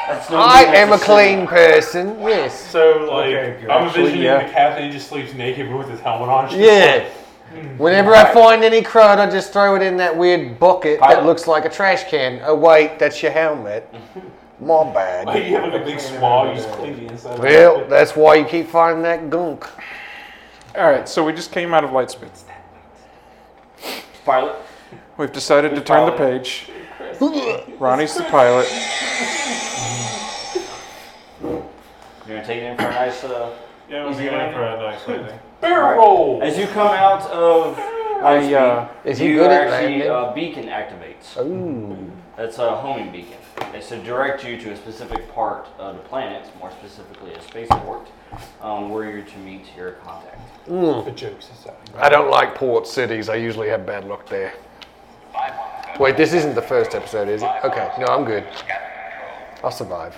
[SPEAKER 1] that's no
[SPEAKER 3] I
[SPEAKER 1] that's
[SPEAKER 3] am a
[SPEAKER 1] city.
[SPEAKER 3] clean person, yes.
[SPEAKER 5] So like,
[SPEAKER 8] Okay, good.
[SPEAKER 5] I'm
[SPEAKER 2] Actually,
[SPEAKER 5] envisioning
[SPEAKER 2] yeah.
[SPEAKER 5] the captain he just sleeps naked with his helmet on. Just
[SPEAKER 3] Yeah. Whenever I find any crud, I just throw it in that weird bucket that
[SPEAKER 1] Pilot.
[SPEAKER 3] looks like a trash can. Oh, wait, that's your helmet. My bad.
[SPEAKER 5] Like you have a big swab, you just clean the inside. of
[SPEAKER 3] Well,
[SPEAKER 5] it.
[SPEAKER 3] that's why you keep finding that gunk.
[SPEAKER 2] All right, so we just came out of Lightspeed.
[SPEAKER 1] pilot.
[SPEAKER 2] We've decided to turn the
[SPEAKER 1] pilot?
[SPEAKER 2] page. Ronnie's the pilot.
[SPEAKER 1] You're gonna take it in for a nice. Uh,
[SPEAKER 8] Yeah, we'll
[SPEAKER 1] Easy
[SPEAKER 8] be in
[SPEAKER 1] landing.
[SPEAKER 8] for a nice landing.
[SPEAKER 5] barrel roll.
[SPEAKER 1] as you come out of
[SPEAKER 2] I, uh,
[SPEAKER 3] Is he
[SPEAKER 1] you
[SPEAKER 3] good at
[SPEAKER 1] actually
[SPEAKER 3] landing?
[SPEAKER 1] uh, beacon activates. That's a homing beacon. It's to direct you to a specific part of the planet, more specifically a spaceport, um, where you're to meet your contact.
[SPEAKER 5] The jokes aside.
[SPEAKER 3] I don't like port cities. I usually have bad luck there. Wait, this isn't the first episode, is it? Okay, no, I'm good. I'll survive.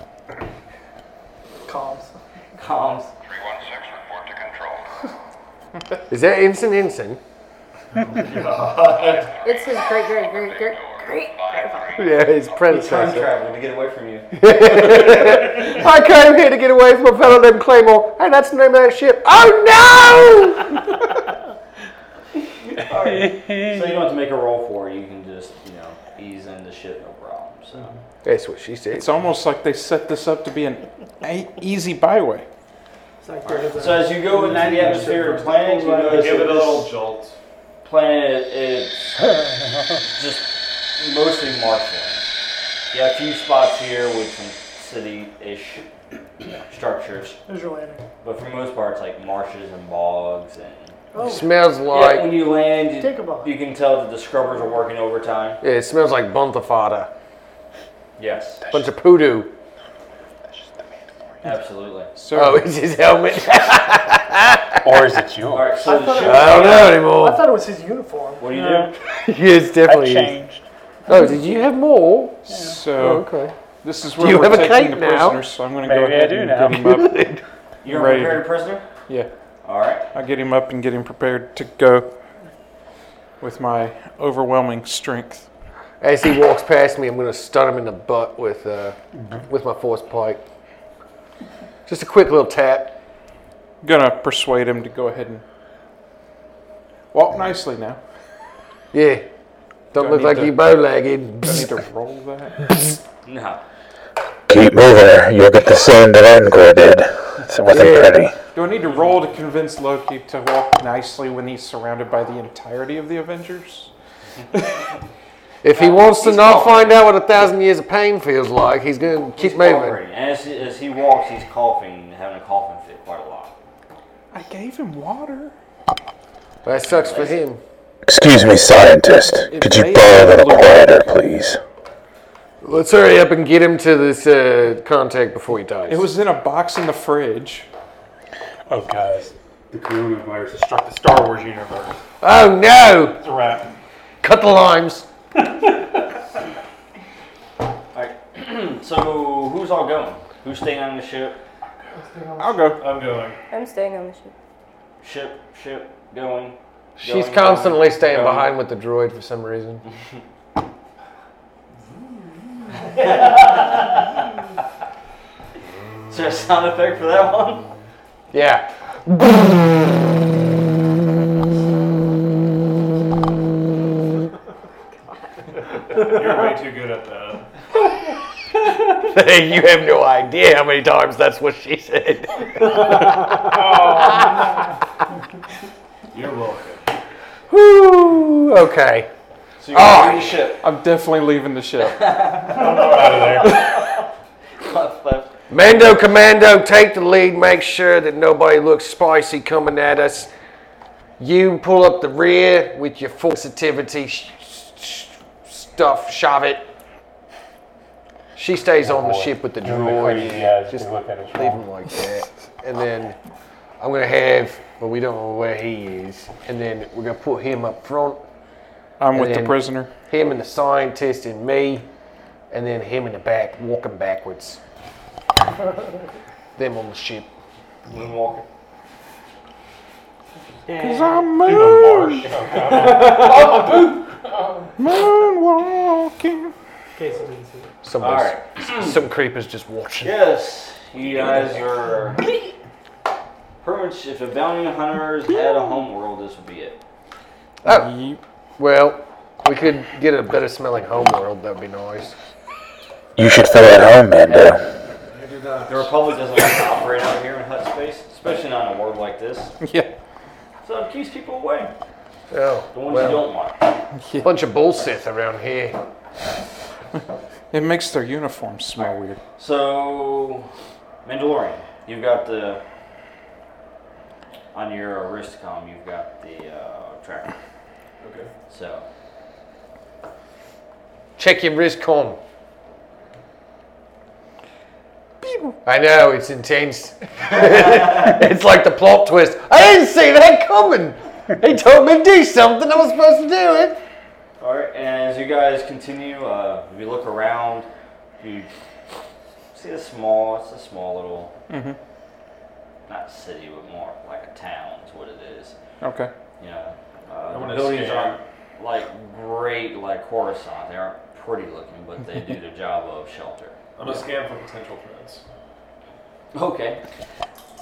[SPEAKER 4] Calms.
[SPEAKER 1] Comms.
[SPEAKER 3] Is that Ensign Ensign?
[SPEAKER 6] It's his great, great, great, great, great.
[SPEAKER 3] Yeah, his
[SPEAKER 1] Time
[SPEAKER 3] predecessor.
[SPEAKER 1] traveling to get away from you.
[SPEAKER 3] I came here to get away from a fellow named Claymore. Hey, that's the name of that ship. Oh no!
[SPEAKER 1] so you don't have to make a roll for it. You can just you know ease in the shit, no problem. So
[SPEAKER 8] Mm-hmm.
[SPEAKER 3] That's what she said.
[SPEAKER 2] It's almost like they set this up to be an a- easy byway.
[SPEAKER 4] It's like there is a-
[SPEAKER 1] so as you go in 90 atmosphere of planet, you notice
[SPEAKER 8] Give
[SPEAKER 1] that
[SPEAKER 8] it a
[SPEAKER 1] this
[SPEAKER 8] little jolt.
[SPEAKER 1] planet is just mostly marshland. You have a few spots here with some city-ish you know, structures,
[SPEAKER 4] There's your landing.
[SPEAKER 1] but for the most part, it's like marshes and bogs and.
[SPEAKER 4] Oh,
[SPEAKER 3] smells like
[SPEAKER 1] yeah, when you land,
[SPEAKER 4] Take a bite.
[SPEAKER 1] you, you can tell that the scrubbers are working overtime.
[SPEAKER 3] yeah, it smells like Bontafada.
[SPEAKER 1] Yes,
[SPEAKER 3] Bunch of poodoo.
[SPEAKER 1] absolutely.
[SPEAKER 3] Oh, it's his helmet.
[SPEAKER 5] Or is it yours?
[SPEAKER 1] All right, so
[SPEAKER 4] I thought
[SPEAKER 1] the
[SPEAKER 4] it
[SPEAKER 1] ship.
[SPEAKER 4] was-
[SPEAKER 3] I don't know
[SPEAKER 4] I
[SPEAKER 3] anymore.
[SPEAKER 4] thought it was his uniform.
[SPEAKER 1] What do you do?
[SPEAKER 3] Yes,
[SPEAKER 5] I
[SPEAKER 3] definitely. is.
[SPEAKER 5] changed.
[SPEAKER 3] Oh, did you have more? Oh,
[SPEAKER 2] So
[SPEAKER 3] okay.
[SPEAKER 2] this is
[SPEAKER 3] Do you
[SPEAKER 2] where we're
[SPEAKER 3] have a
[SPEAKER 2] taking the
[SPEAKER 3] cape now?
[SPEAKER 2] prisoners. So I'm going to
[SPEAKER 5] Maybe
[SPEAKER 2] go
[SPEAKER 5] I
[SPEAKER 2] ahead
[SPEAKER 5] do
[SPEAKER 2] and
[SPEAKER 5] now.
[SPEAKER 2] get him up.
[SPEAKER 1] You're
[SPEAKER 2] Ready
[SPEAKER 1] prepared
[SPEAKER 2] to-
[SPEAKER 1] a prisoner.
[SPEAKER 2] Yeah,
[SPEAKER 1] All right.
[SPEAKER 2] I'll get him up and get him prepared to go with my overwhelming strength.
[SPEAKER 3] As he walks past me, I'm going to stun him in the butt with uh, with my force pipe. Just a quick little tap.
[SPEAKER 2] Gonna persuade him to go ahead and walk nicely now.
[SPEAKER 3] Yeah. Don't
[SPEAKER 2] Do I
[SPEAKER 3] look
[SPEAKER 2] need
[SPEAKER 3] like
[SPEAKER 2] to-
[SPEAKER 3] you bow legged.
[SPEAKER 2] Do I need to roll that?
[SPEAKER 1] No.
[SPEAKER 9] Keep moving. You'll get the same that Angor did. It wasn't
[SPEAKER 3] Yeah.
[SPEAKER 9] pretty.
[SPEAKER 2] Do I need to roll to convince Loki to walk nicely when he's surrounded by the entirety of the Avengers?
[SPEAKER 3] If he wants to not find out what a thousand years of pain feels like, he's going to keep
[SPEAKER 1] He's
[SPEAKER 3] moving.
[SPEAKER 1] cooperating. And as he, as he walks, he's coughing and having a coughing fit quite a lot.
[SPEAKER 2] I gave him water.
[SPEAKER 3] That sucks for him.
[SPEAKER 9] Excuse me, scientist. Could you
[SPEAKER 2] may-
[SPEAKER 9] be a little quieter, please?
[SPEAKER 3] Let's hurry up and get him to this uh, contact before he dies.
[SPEAKER 2] It was in a box in the fridge.
[SPEAKER 5] Oh, guys. The coronavirus has struck the Star Wars universe.
[SPEAKER 3] Oh no!
[SPEAKER 5] It's a wrap.
[SPEAKER 3] Cut the limes.
[SPEAKER 1] All right. so who's all going? Who's staying on the ship?
[SPEAKER 2] I'll go.
[SPEAKER 8] I'm going.
[SPEAKER 6] I'm staying on the ship.
[SPEAKER 1] Ship, ship, going.
[SPEAKER 3] She's
[SPEAKER 1] going,
[SPEAKER 3] constantly
[SPEAKER 1] going,
[SPEAKER 3] staying
[SPEAKER 1] going.
[SPEAKER 3] behind with the droid for some reason.
[SPEAKER 1] Is there a sound effect for that one?
[SPEAKER 3] Yeah.
[SPEAKER 8] You're way too good at that.
[SPEAKER 3] you have no idea how many times that's what she said.
[SPEAKER 8] You're welcome.
[SPEAKER 3] Whew, okay. Oh,
[SPEAKER 1] So you're on the ship.
[SPEAKER 2] I'm definitely leaving the ship.
[SPEAKER 5] Out of there.
[SPEAKER 1] Left, left.
[SPEAKER 3] Mando Commando, take the lead. Make sure that nobody looks spicy coming at us. You pull up the rear with your full sensitivity sh- sh- stuff. Shove it. She stays on the ship with the droid.
[SPEAKER 5] Yeah,
[SPEAKER 3] Just
[SPEAKER 5] just look at us.
[SPEAKER 3] leave him like that. And then I'm gonna have, well, we don't know where he is. And then we're gonna put him up front,
[SPEAKER 2] I'm with the
[SPEAKER 3] then-
[SPEAKER 2] prisoner.
[SPEAKER 3] him and the scientist and me, and then him in the back walking backwards. Them on the ship.
[SPEAKER 1] Moonwalking.
[SPEAKER 2] Cause I'm moon,
[SPEAKER 3] Oh,
[SPEAKER 2] moonwalking.
[SPEAKER 7] In case you didn't see it.
[SPEAKER 1] All
[SPEAKER 3] Somebody's,
[SPEAKER 1] right.
[SPEAKER 3] Some creepers just watching.
[SPEAKER 1] Yes, you guys are. Pretty much, if a bounty hunters had a homeworld, this would be it.
[SPEAKER 3] Oh, well, we could get a better smelling homeworld. That'd be nice.
[SPEAKER 9] You should feel at home, Mando.
[SPEAKER 1] The Republic doesn't like to operate out here in hut space, especially not in a world like this.
[SPEAKER 2] Yeah.
[SPEAKER 1] So it keeps people away.
[SPEAKER 3] Oh,
[SPEAKER 1] The ones you
[SPEAKER 3] well,
[SPEAKER 1] don't want.
[SPEAKER 3] a bunch of bull Sith around here.
[SPEAKER 2] It makes their uniforms smell weird.
[SPEAKER 1] So, Mandalorian, you've got the. On your wrist com, you've got the uh, tracker.
[SPEAKER 8] Okay.
[SPEAKER 1] So,
[SPEAKER 3] Check your wristcom. I know, it's intense. it's like the plot twist. I didn't see that coming. He told me to do something, I was supposed to do it.
[SPEAKER 1] All right, and as you guys continue, uh, if you look around, you see a small, it's a small little, not city, but more like a town is what it is.
[SPEAKER 2] Okay.
[SPEAKER 1] You know, uh, the
[SPEAKER 8] wanna
[SPEAKER 1] buildings
[SPEAKER 8] scan.
[SPEAKER 1] aren't like great like Coruscant. They aren't pretty looking, but they do the job of shelter.
[SPEAKER 8] I'm gonna scan for potential threats.
[SPEAKER 1] Okay.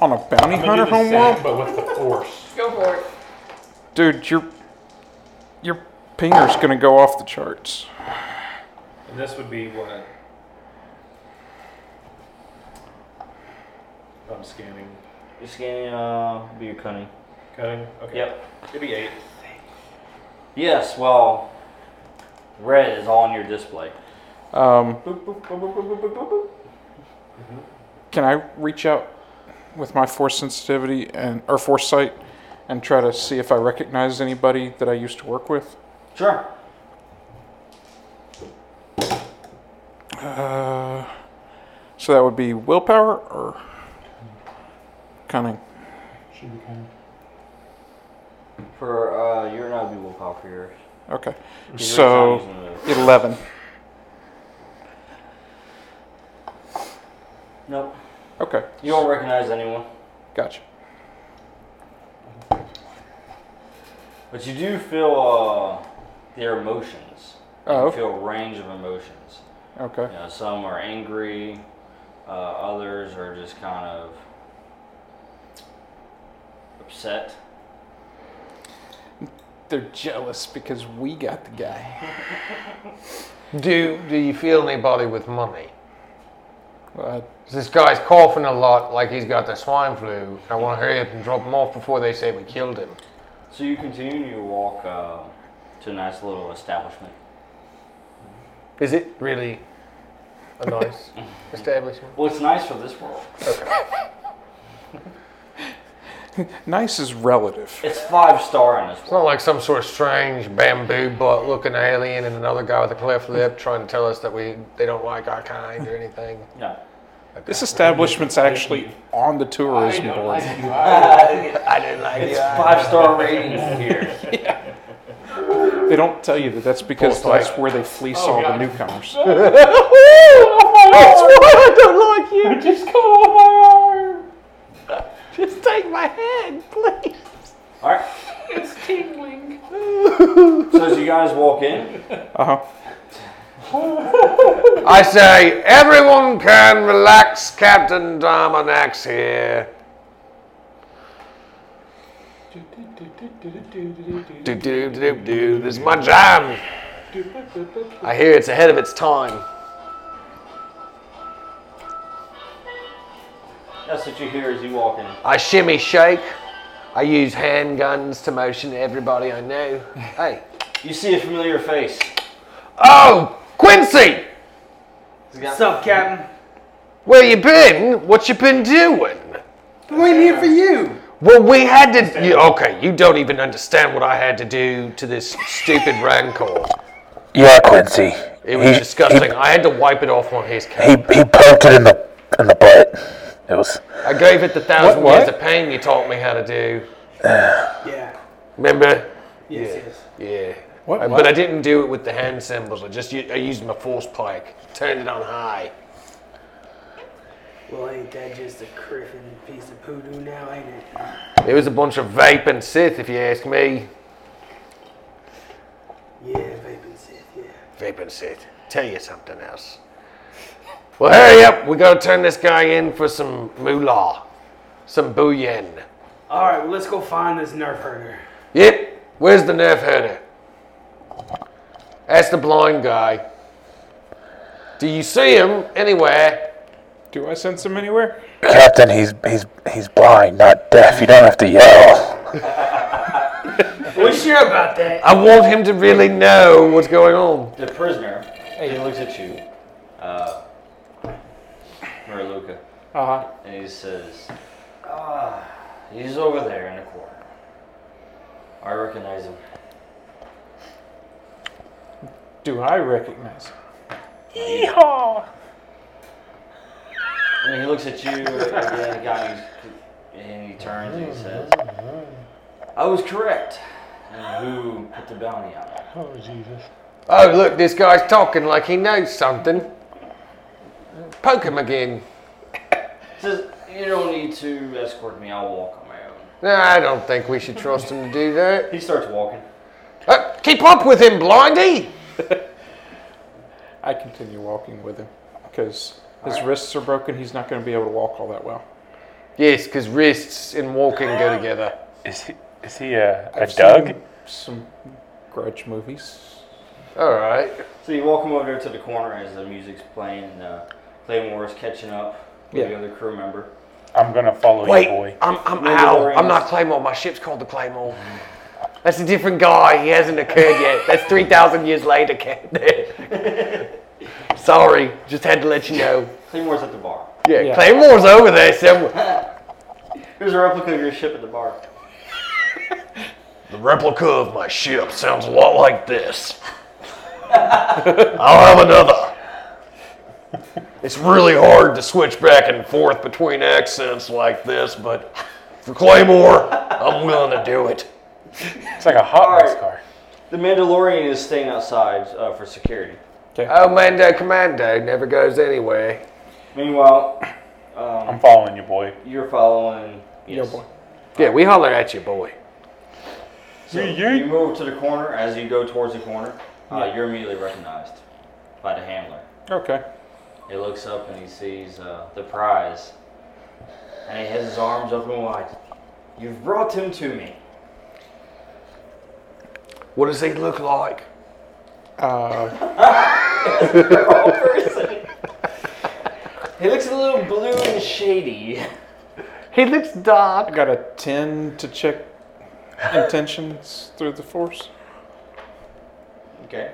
[SPEAKER 2] On a bounty
[SPEAKER 8] I'm
[SPEAKER 2] hunter
[SPEAKER 8] gonna do the same,
[SPEAKER 2] homeworld,
[SPEAKER 8] but with the force.
[SPEAKER 6] Go for it.
[SPEAKER 2] dude, your your pinger's gonna go off the charts.
[SPEAKER 8] And this would be what I'm scanning.
[SPEAKER 1] You're scanning, uh, be your cunning.
[SPEAKER 8] Cutting. Okay.
[SPEAKER 1] Yep.
[SPEAKER 8] It'd be eight.
[SPEAKER 1] Yes, well, red is on your display.
[SPEAKER 2] Um, can I reach out with my force sensitivity and or foresight and try to see if I recognize anybody that I used to work with?
[SPEAKER 1] Sure.
[SPEAKER 2] Uh, so that would be willpower or cunning.
[SPEAKER 5] Should be kind
[SPEAKER 1] For uh, your and I would be willpower for yours.
[SPEAKER 2] Okay.
[SPEAKER 1] Because we're
[SPEAKER 2] So
[SPEAKER 1] not using those.
[SPEAKER 2] 11.
[SPEAKER 1] Nope.
[SPEAKER 2] Okay.
[SPEAKER 1] You don't recognize anyone.
[SPEAKER 2] Gotcha.
[SPEAKER 1] But you do feel uh, their emotions.
[SPEAKER 2] Oh,
[SPEAKER 1] You
[SPEAKER 2] okay.
[SPEAKER 1] feel a range of emotions.
[SPEAKER 2] Okay.
[SPEAKER 1] You know, some are angry, uh, others are just kind of upset.
[SPEAKER 2] They're jealous because we got the guy.
[SPEAKER 3] Do do you feel anybody with money?
[SPEAKER 2] Uh,
[SPEAKER 3] This guy's coughing a lot like he's got the swine flu. I want to hurry up and drop him off before they say we killed him.
[SPEAKER 1] So you continue and you walk uh, to a nice little establishment.
[SPEAKER 3] Is it really a nice establishment?
[SPEAKER 1] Well, it's nice for this world.
[SPEAKER 2] nice is relative.
[SPEAKER 1] It's five star in this
[SPEAKER 3] It's
[SPEAKER 1] world.
[SPEAKER 3] not like some sort of strange bamboo butt looking alien and another guy with a cleft lip trying to tell us that we they don't like our kind or anything.
[SPEAKER 1] No.
[SPEAKER 2] This establishment's actually on the tourism board.
[SPEAKER 3] I didn't like
[SPEAKER 1] It's
[SPEAKER 3] the
[SPEAKER 1] five star ratings here.
[SPEAKER 2] They don't tell you that that's because
[SPEAKER 3] Full
[SPEAKER 2] that's where they fleece all the newcomers.
[SPEAKER 3] That's why I don't like you. Just come off my arm. Just take my hand, please.
[SPEAKER 1] All right.
[SPEAKER 3] It's tingling.
[SPEAKER 1] So as you guys walk in,
[SPEAKER 2] Uh huh.
[SPEAKER 3] I say, everyone can relax. Captain Dominac's here. Do do do do do. This is my jam. I hear it's ahead of its time.
[SPEAKER 1] that's what you hear as you walk in.
[SPEAKER 3] I shimmy shake. I use handguns to motion everybody I know. Hey.
[SPEAKER 1] You see a familiar face.
[SPEAKER 3] Oh, Quincy!
[SPEAKER 1] He's got-
[SPEAKER 7] What's up, Captain?
[SPEAKER 3] Where you been? What you been doing?
[SPEAKER 7] Been waiting here for you.
[SPEAKER 3] Well, we had to. You, okay, you don't even understand what I had to do to this stupid rancor.
[SPEAKER 9] Yeah, Quincy.
[SPEAKER 3] It was
[SPEAKER 9] He-
[SPEAKER 3] disgusting. I had to wipe it off on his
[SPEAKER 9] He, he,
[SPEAKER 3] cap.
[SPEAKER 9] he poked it in the in the butt. It was
[SPEAKER 3] I gave it the thousand
[SPEAKER 2] What, what?
[SPEAKER 3] years of pain you taught me how to do.
[SPEAKER 7] Yeah.
[SPEAKER 3] Remember?
[SPEAKER 7] Yes, yes.
[SPEAKER 3] Yeah.
[SPEAKER 2] What,
[SPEAKER 3] I-
[SPEAKER 2] what?
[SPEAKER 3] But I didn't do it with the hand symbols. I just u- I used my force pike, turned it on high.
[SPEAKER 7] Well, ain't that just a criffin piece of poodoo now, ain't it?
[SPEAKER 3] It was a bunch of vape and Sith, if you ask me.
[SPEAKER 7] Yeah, vaping Sith, yeah.
[SPEAKER 3] Vape and Sith. Tell you something else. Well, hurry up. We gotta turn this guy in for some moolah, some booyen.
[SPEAKER 7] Alright, well, let's go find this nerf herder.
[SPEAKER 3] Yep. Where's the nerf herder? That's the blind guy. Do you see him anywhere?
[SPEAKER 2] Do I sense him anywhere?
[SPEAKER 9] Captain. He's he's he's blind, not deaf. You don't have to yell.
[SPEAKER 7] We sure about that.
[SPEAKER 3] I want him to really know what's going on.
[SPEAKER 1] The prisoner, he looks at you, uh, Mariluka,
[SPEAKER 2] Uh
[SPEAKER 3] Uh-huh.
[SPEAKER 2] huh.
[SPEAKER 1] and he says, ah, he's over there in the corner. I recognize him.
[SPEAKER 2] Do I recognize him?
[SPEAKER 1] And he looks at you, and the guy, and he turns and he says, I was correct. And who put the bounty on him?
[SPEAKER 5] Oh, Jesus.
[SPEAKER 3] Oh, look, this guy's talking like he knows something. Poke him again.
[SPEAKER 1] He says, you don't need to escort me, I'll walk on my own.
[SPEAKER 3] No, I don't think we should trust him to do that.
[SPEAKER 1] He starts walking.
[SPEAKER 3] Uh, keep up with him, Blindy!
[SPEAKER 2] I continue walking with him because his wrists are broken. He's not going to be able to walk all that well.
[SPEAKER 3] Yes, because wrists and walking go together.
[SPEAKER 5] Is he, is he a, a
[SPEAKER 2] I've
[SPEAKER 5] Doug?
[SPEAKER 2] seen Some grudge movies.
[SPEAKER 3] All right.
[SPEAKER 1] So you walk him over to the corner as the music's playing, and uh, Claymore is catching up with the
[SPEAKER 2] Yeah.
[SPEAKER 1] other crew member.
[SPEAKER 5] I'm going to follow
[SPEAKER 3] Wait,
[SPEAKER 5] you, boy.
[SPEAKER 3] I'm, I'm
[SPEAKER 1] Mandalorian.
[SPEAKER 3] Al. I'm not Claymore. My ship's called the Claymore. That's a different guy. He hasn't occurred yet. That's 3,000 years later, Captain. Sorry, just had to let you know.
[SPEAKER 1] Claymore's at the bar.
[SPEAKER 3] Yeah,
[SPEAKER 2] Yeah.
[SPEAKER 3] Claymore's over there somewhere.
[SPEAKER 1] There's a replica of your ship at the bar.
[SPEAKER 3] The replica of my ship sounds a lot like this. I'll have another. It's really hard to switch back and forth between accents like this, but for Claymore, I'm willing to do it.
[SPEAKER 5] It's like a hot
[SPEAKER 1] Alright.
[SPEAKER 5] race car.
[SPEAKER 1] The Mandalorian is staying outside uh, for security.
[SPEAKER 3] Oh, Mando Commando never goes anywhere.
[SPEAKER 1] Meanwhile, um,
[SPEAKER 5] I'm following you, boy.
[SPEAKER 1] you're following. Yes.
[SPEAKER 2] boy.
[SPEAKER 3] Yeah, we holler at you, boy.
[SPEAKER 1] So you move to the corner. As you go towards the corner, uh, you're immediately recognized by the handler.
[SPEAKER 2] Okay.
[SPEAKER 1] He looks up and he sees uh, the prize, and he has his arms open wide. You've brought him to me.
[SPEAKER 3] What does he look like?
[SPEAKER 2] Uh,
[SPEAKER 7] Oh,
[SPEAKER 1] Wrong person. he looks a little blue and shady.
[SPEAKER 3] He looks dark.
[SPEAKER 2] I got a 10 to check intentions through the force.
[SPEAKER 1] Okay.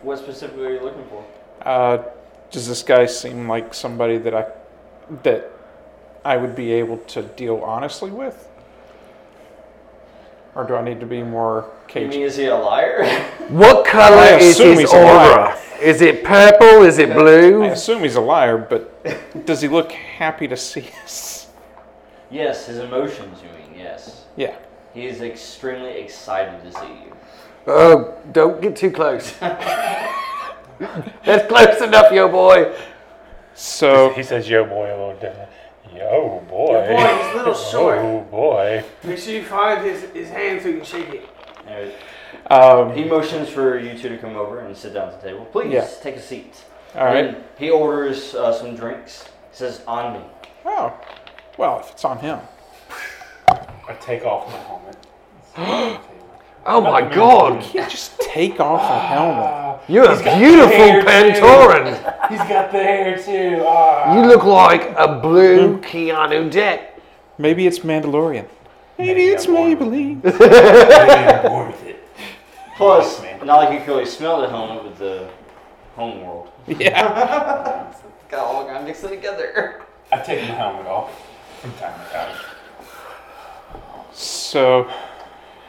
[SPEAKER 1] what specifically are you looking for?
[SPEAKER 2] Uh, does this guy seem like somebody that I that I would be able to deal honestly with? Or do I need to be more
[SPEAKER 1] You mean
[SPEAKER 2] cagey?
[SPEAKER 1] is he a liar?
[SPEAKER 3] What color
[SPEAKER 2] I
[SPEAKER 3] is
[SPEAKER 2] assume
[SPEAKER 3] his
[SPEAKER 2] he's alive.
[SPEAKER 3] aura? Is it purple? Is it
[SPEAKER 2] I
[SPEAKER 3] blue?
[SPEAKER 2] assume he's a liar, but does he look happy to see us?
[SPEAKER 1] yes, his emotions. You mean yes?
[SPEAKER 2] Yeah.
[SPEAKER 1] He is extremely excited to see you.
[SPEAKER 3] Oh, don't get too close. That's close enough, yo boy.
[SPEAKER 2] So
[SPEAKER 5] He says, "Yo, boy," a little different. Yo, boy.
[SPEAKER 7] Boy, he's a little short.
[SPEAKER 5] Yo, boy.
[SPEAKER 7] Make sure you find his, his hand so you can shake it.
[SPEAKER 1] There-
[SPEAKER 2] um,
[SPEAKER 1] He motions for you two to come over and sit down at the table. Please
[SPEAKER 2] Yeah.
[SPEAKER 1] take a seat.
[SPEAKER 2] all right.
[SPEAKER 1] And He orders uh, some drinks. Says on me.
[SPEAKER 2] Oh, well, if it's on him,
[SPEAKER 5] I take off my helmet.
[SPEAKER 3] Oh my god.
[SPEAKER 2] you just take off a helmet.
[SPEAKER 3] You're a beautiful Pantoran.
[SPEAKER 5] He's got the hair too. Ah.
[SPEAKER 3] You look like a blue Keanu Depp.
[SPEAKER 2] Maybe it's Mandalorian. Maybe it's Maybelline.
[SPEAKER 5] I'm bored with it.
[SPEAKER 1] Plus, not like you can really smell the helmet with the homeworld.
[SPEAKER 2] Yeah.
[SPEAKER 1] Got all got mixed together.
[SPEAKER 5] I take my helmet off from time to time.
[SPEAKER 2] So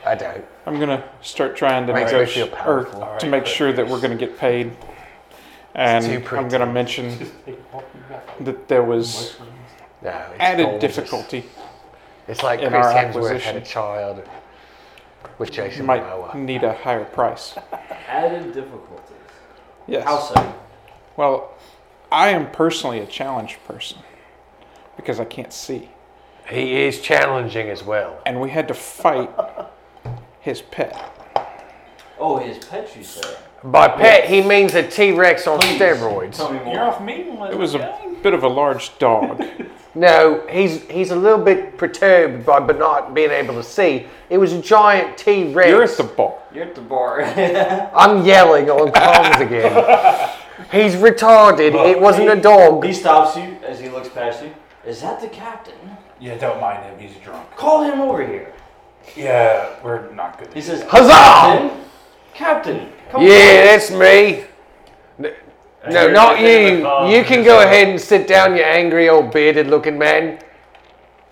[SPEAKER 3] I don't.
[SPEAKER 2] I'm gonna start trying to
[SPEAKER 3] Makes me feel
[SPEAKER 2] negotiate or
[SPEAKER 3] powerful. All
[SPEAKER 2] to make sure that we're gonna get paid. And
[SPEAKER 3] too pretty.
[SPEAKER 2] I'm gonna mention that there was
[SPEAKER 3] No, it's
[SPEAKER 2] added
[SPEAKER 3] gorgeous.
[SPEAKER 2] difficulty.
[SPEAKER 3] It's like
[SPEAKER 2] in
[SPEAKER 3] Chris
[SPEAKER 2] our
[SPEAKER 3] Hemsworth had
[SPEAKER 2] acquisition.
[SPEAKER 3] a child with
[SPEAKER 2] You
[SPEAKER 3] Jason
[SPEAKER 2] might
[SPEAKER 3] Momoa.
[SPEAKER 2] need a higher price.
[SPEAKER 1] Added difficulties.
[SPEAKER 2] Yes.
[SPEAKER 1] How so?
[SPEAKER 2] Well, I am personally a challenged person because I can't see,
[SPEAKER 3] He is challenging as well.
[SPEAKER 2] and we had to fight his pet.
[SPEAKER 1] Oh, his pet, you say?
[SPEAKER 3] By pet, he means a T Rex on
[SPEAKER 1] Please,
[SPEAKER 3] steroids.
[SPEAKER 1] Tell me more.
[SPEAKER 5] off meeting with
[SPEAKER 2] It was a bit of a large dog.
[SPEAKER 3] No, he's he's a little bit perturbed by but not being able to see. It was a giant T
[SPEAKER 2] You're at
[SPEAKER 3] Rex.
[SPEAKER 2] the bar.
[SPEAKER 1] You're at the bar. he
[SPEAKER 3] I'm yelling on comms again. He's retarded. it wasn't a dog.
[SPEAKER 1] stops you as he looks past you. Is that the captain?
[SPEAKER 5] Yeah, don't mind him. He's drunk.
[SPEAKER 1] Call him over here.
[SPEAKER 5] Yeah, we're not good.
[SPEAKER 1] He says,
[SPEAKER 3] Huzzah!
[SPEAKER 1] Captain, Captain, come
[SPEAKER 3] Yeah, that's me. No,
[SPEAKER 8] You're
[SPEAKER 3] not
[SPEAKER 8] taking the
[SPEAKER 3] you.
[SPEAKER 8] comms
[SPEAKER 3] You can go ahead and sit down, you angry old bearded looking man.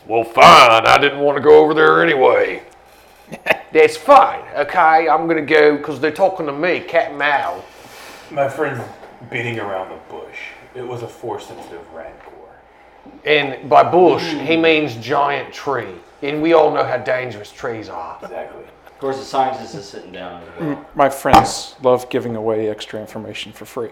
[SPEAKER 3] Well, fine. I didn't want to go over there anyway. That's fine. Okay, I'm going to go because they're talking to me, Cat Mal.
[SPEAKER 5] My friend's beating around the bush. It was a force-sensitive rancor.
[SPEAKER 3] And by bush, he means giant tree. And we all know how dangerous trees are.
[SPEAKER 5] Exactly.
[SPEAKER 1] Of course, the scientist is sitting down as well.
[SPEAKER 2] My friends love giving away extra information for free.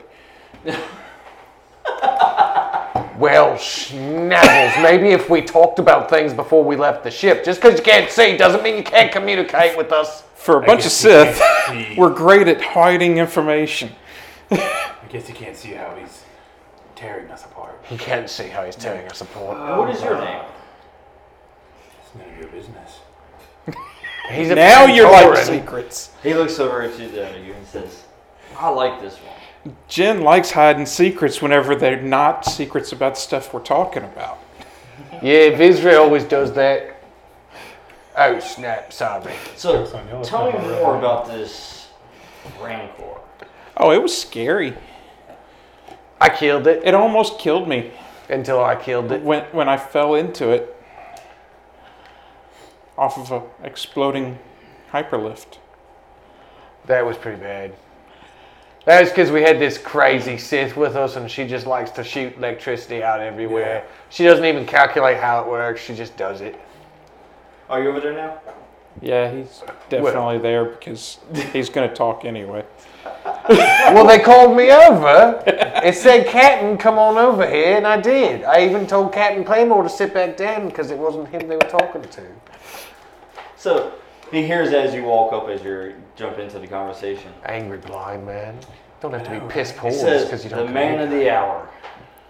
[SPEAKER 3] Well, schnazzles. Maybe if we talked about things before we left the ship, just because you can't see doesn't mean you can't communicate with us.
[SPEAKER 2] For a bunch of
[SPEAKER 5] guess you can't
[SPEAKER 2] Sith,
[SPEAKER 5] see-
[SPEAKER 2] we're great at hiding information.
[SPEAKER 5] I guess you can't see how he's tearing us apart.
[SPEAKER 3] He can't see how he's tearing us apart.
[SPEAKER 1] What is your name?
[SPEAKER 5] It's none of your business.
[SPEAKER 3] He's a
[SPEAKER 2] Now you're like
[SPEAKER 3] Pandoran.
[SPEAKER 2] secrets.
[SPEAKER 1] He looks over at you, down at you and says, I like this one.
[SPEAKER 2] Jen likes hiding secrets whenever they're not secrets about stuff we're talking about.
[SPEAKER 3] Yeah, Vizra always does that. Oh snap! Sorry.
[SPEAKER 1] So,
[SPEAKER 5] on your
[SPEAKER 1] tell me
[SPEAKER 5] side.
[SPEAKER 1] more about this Rancor.
[SPEAKER 2] Oh, it was scary.
[SPEAKER 3] I killed it
[SPEAKER 2] It almost killed me
[SPEAKER 3] until I killed it.
[SPEAKER 2] when when I fell into it off of a exploding hyperlift.
[SPEAKER 3] That was pretty bad. That was because we had this crazy Sith with us, and she just likes to shoot electricity out everywhere. She doesn't even calculate how it works; she just does it.
[SPEAKER 1] Are you over there now?
[SPEAKER 2] Yeah, he's definitely there because he's going to talk anyway.
[SPEAKER 3] Well, they called me over and said, "Captain, come on over here," and I did. I even told Captain Claymore to sit back down because it wasn't him they were talking to.
[SPEAKER 1] So he hears as you walk up as you jump into the conversation.
[SPEAKER 3] Angry blind man. Don't have to be piss poor
[SPEAKER 1] He
[SPEAKER 3] just
[SPEAKER 1] says,
[SPEAKER 3] because you
[SPEAKER 1] "The
[SPEAKER 3] don't.
[SPEAKER 1] man of the hour."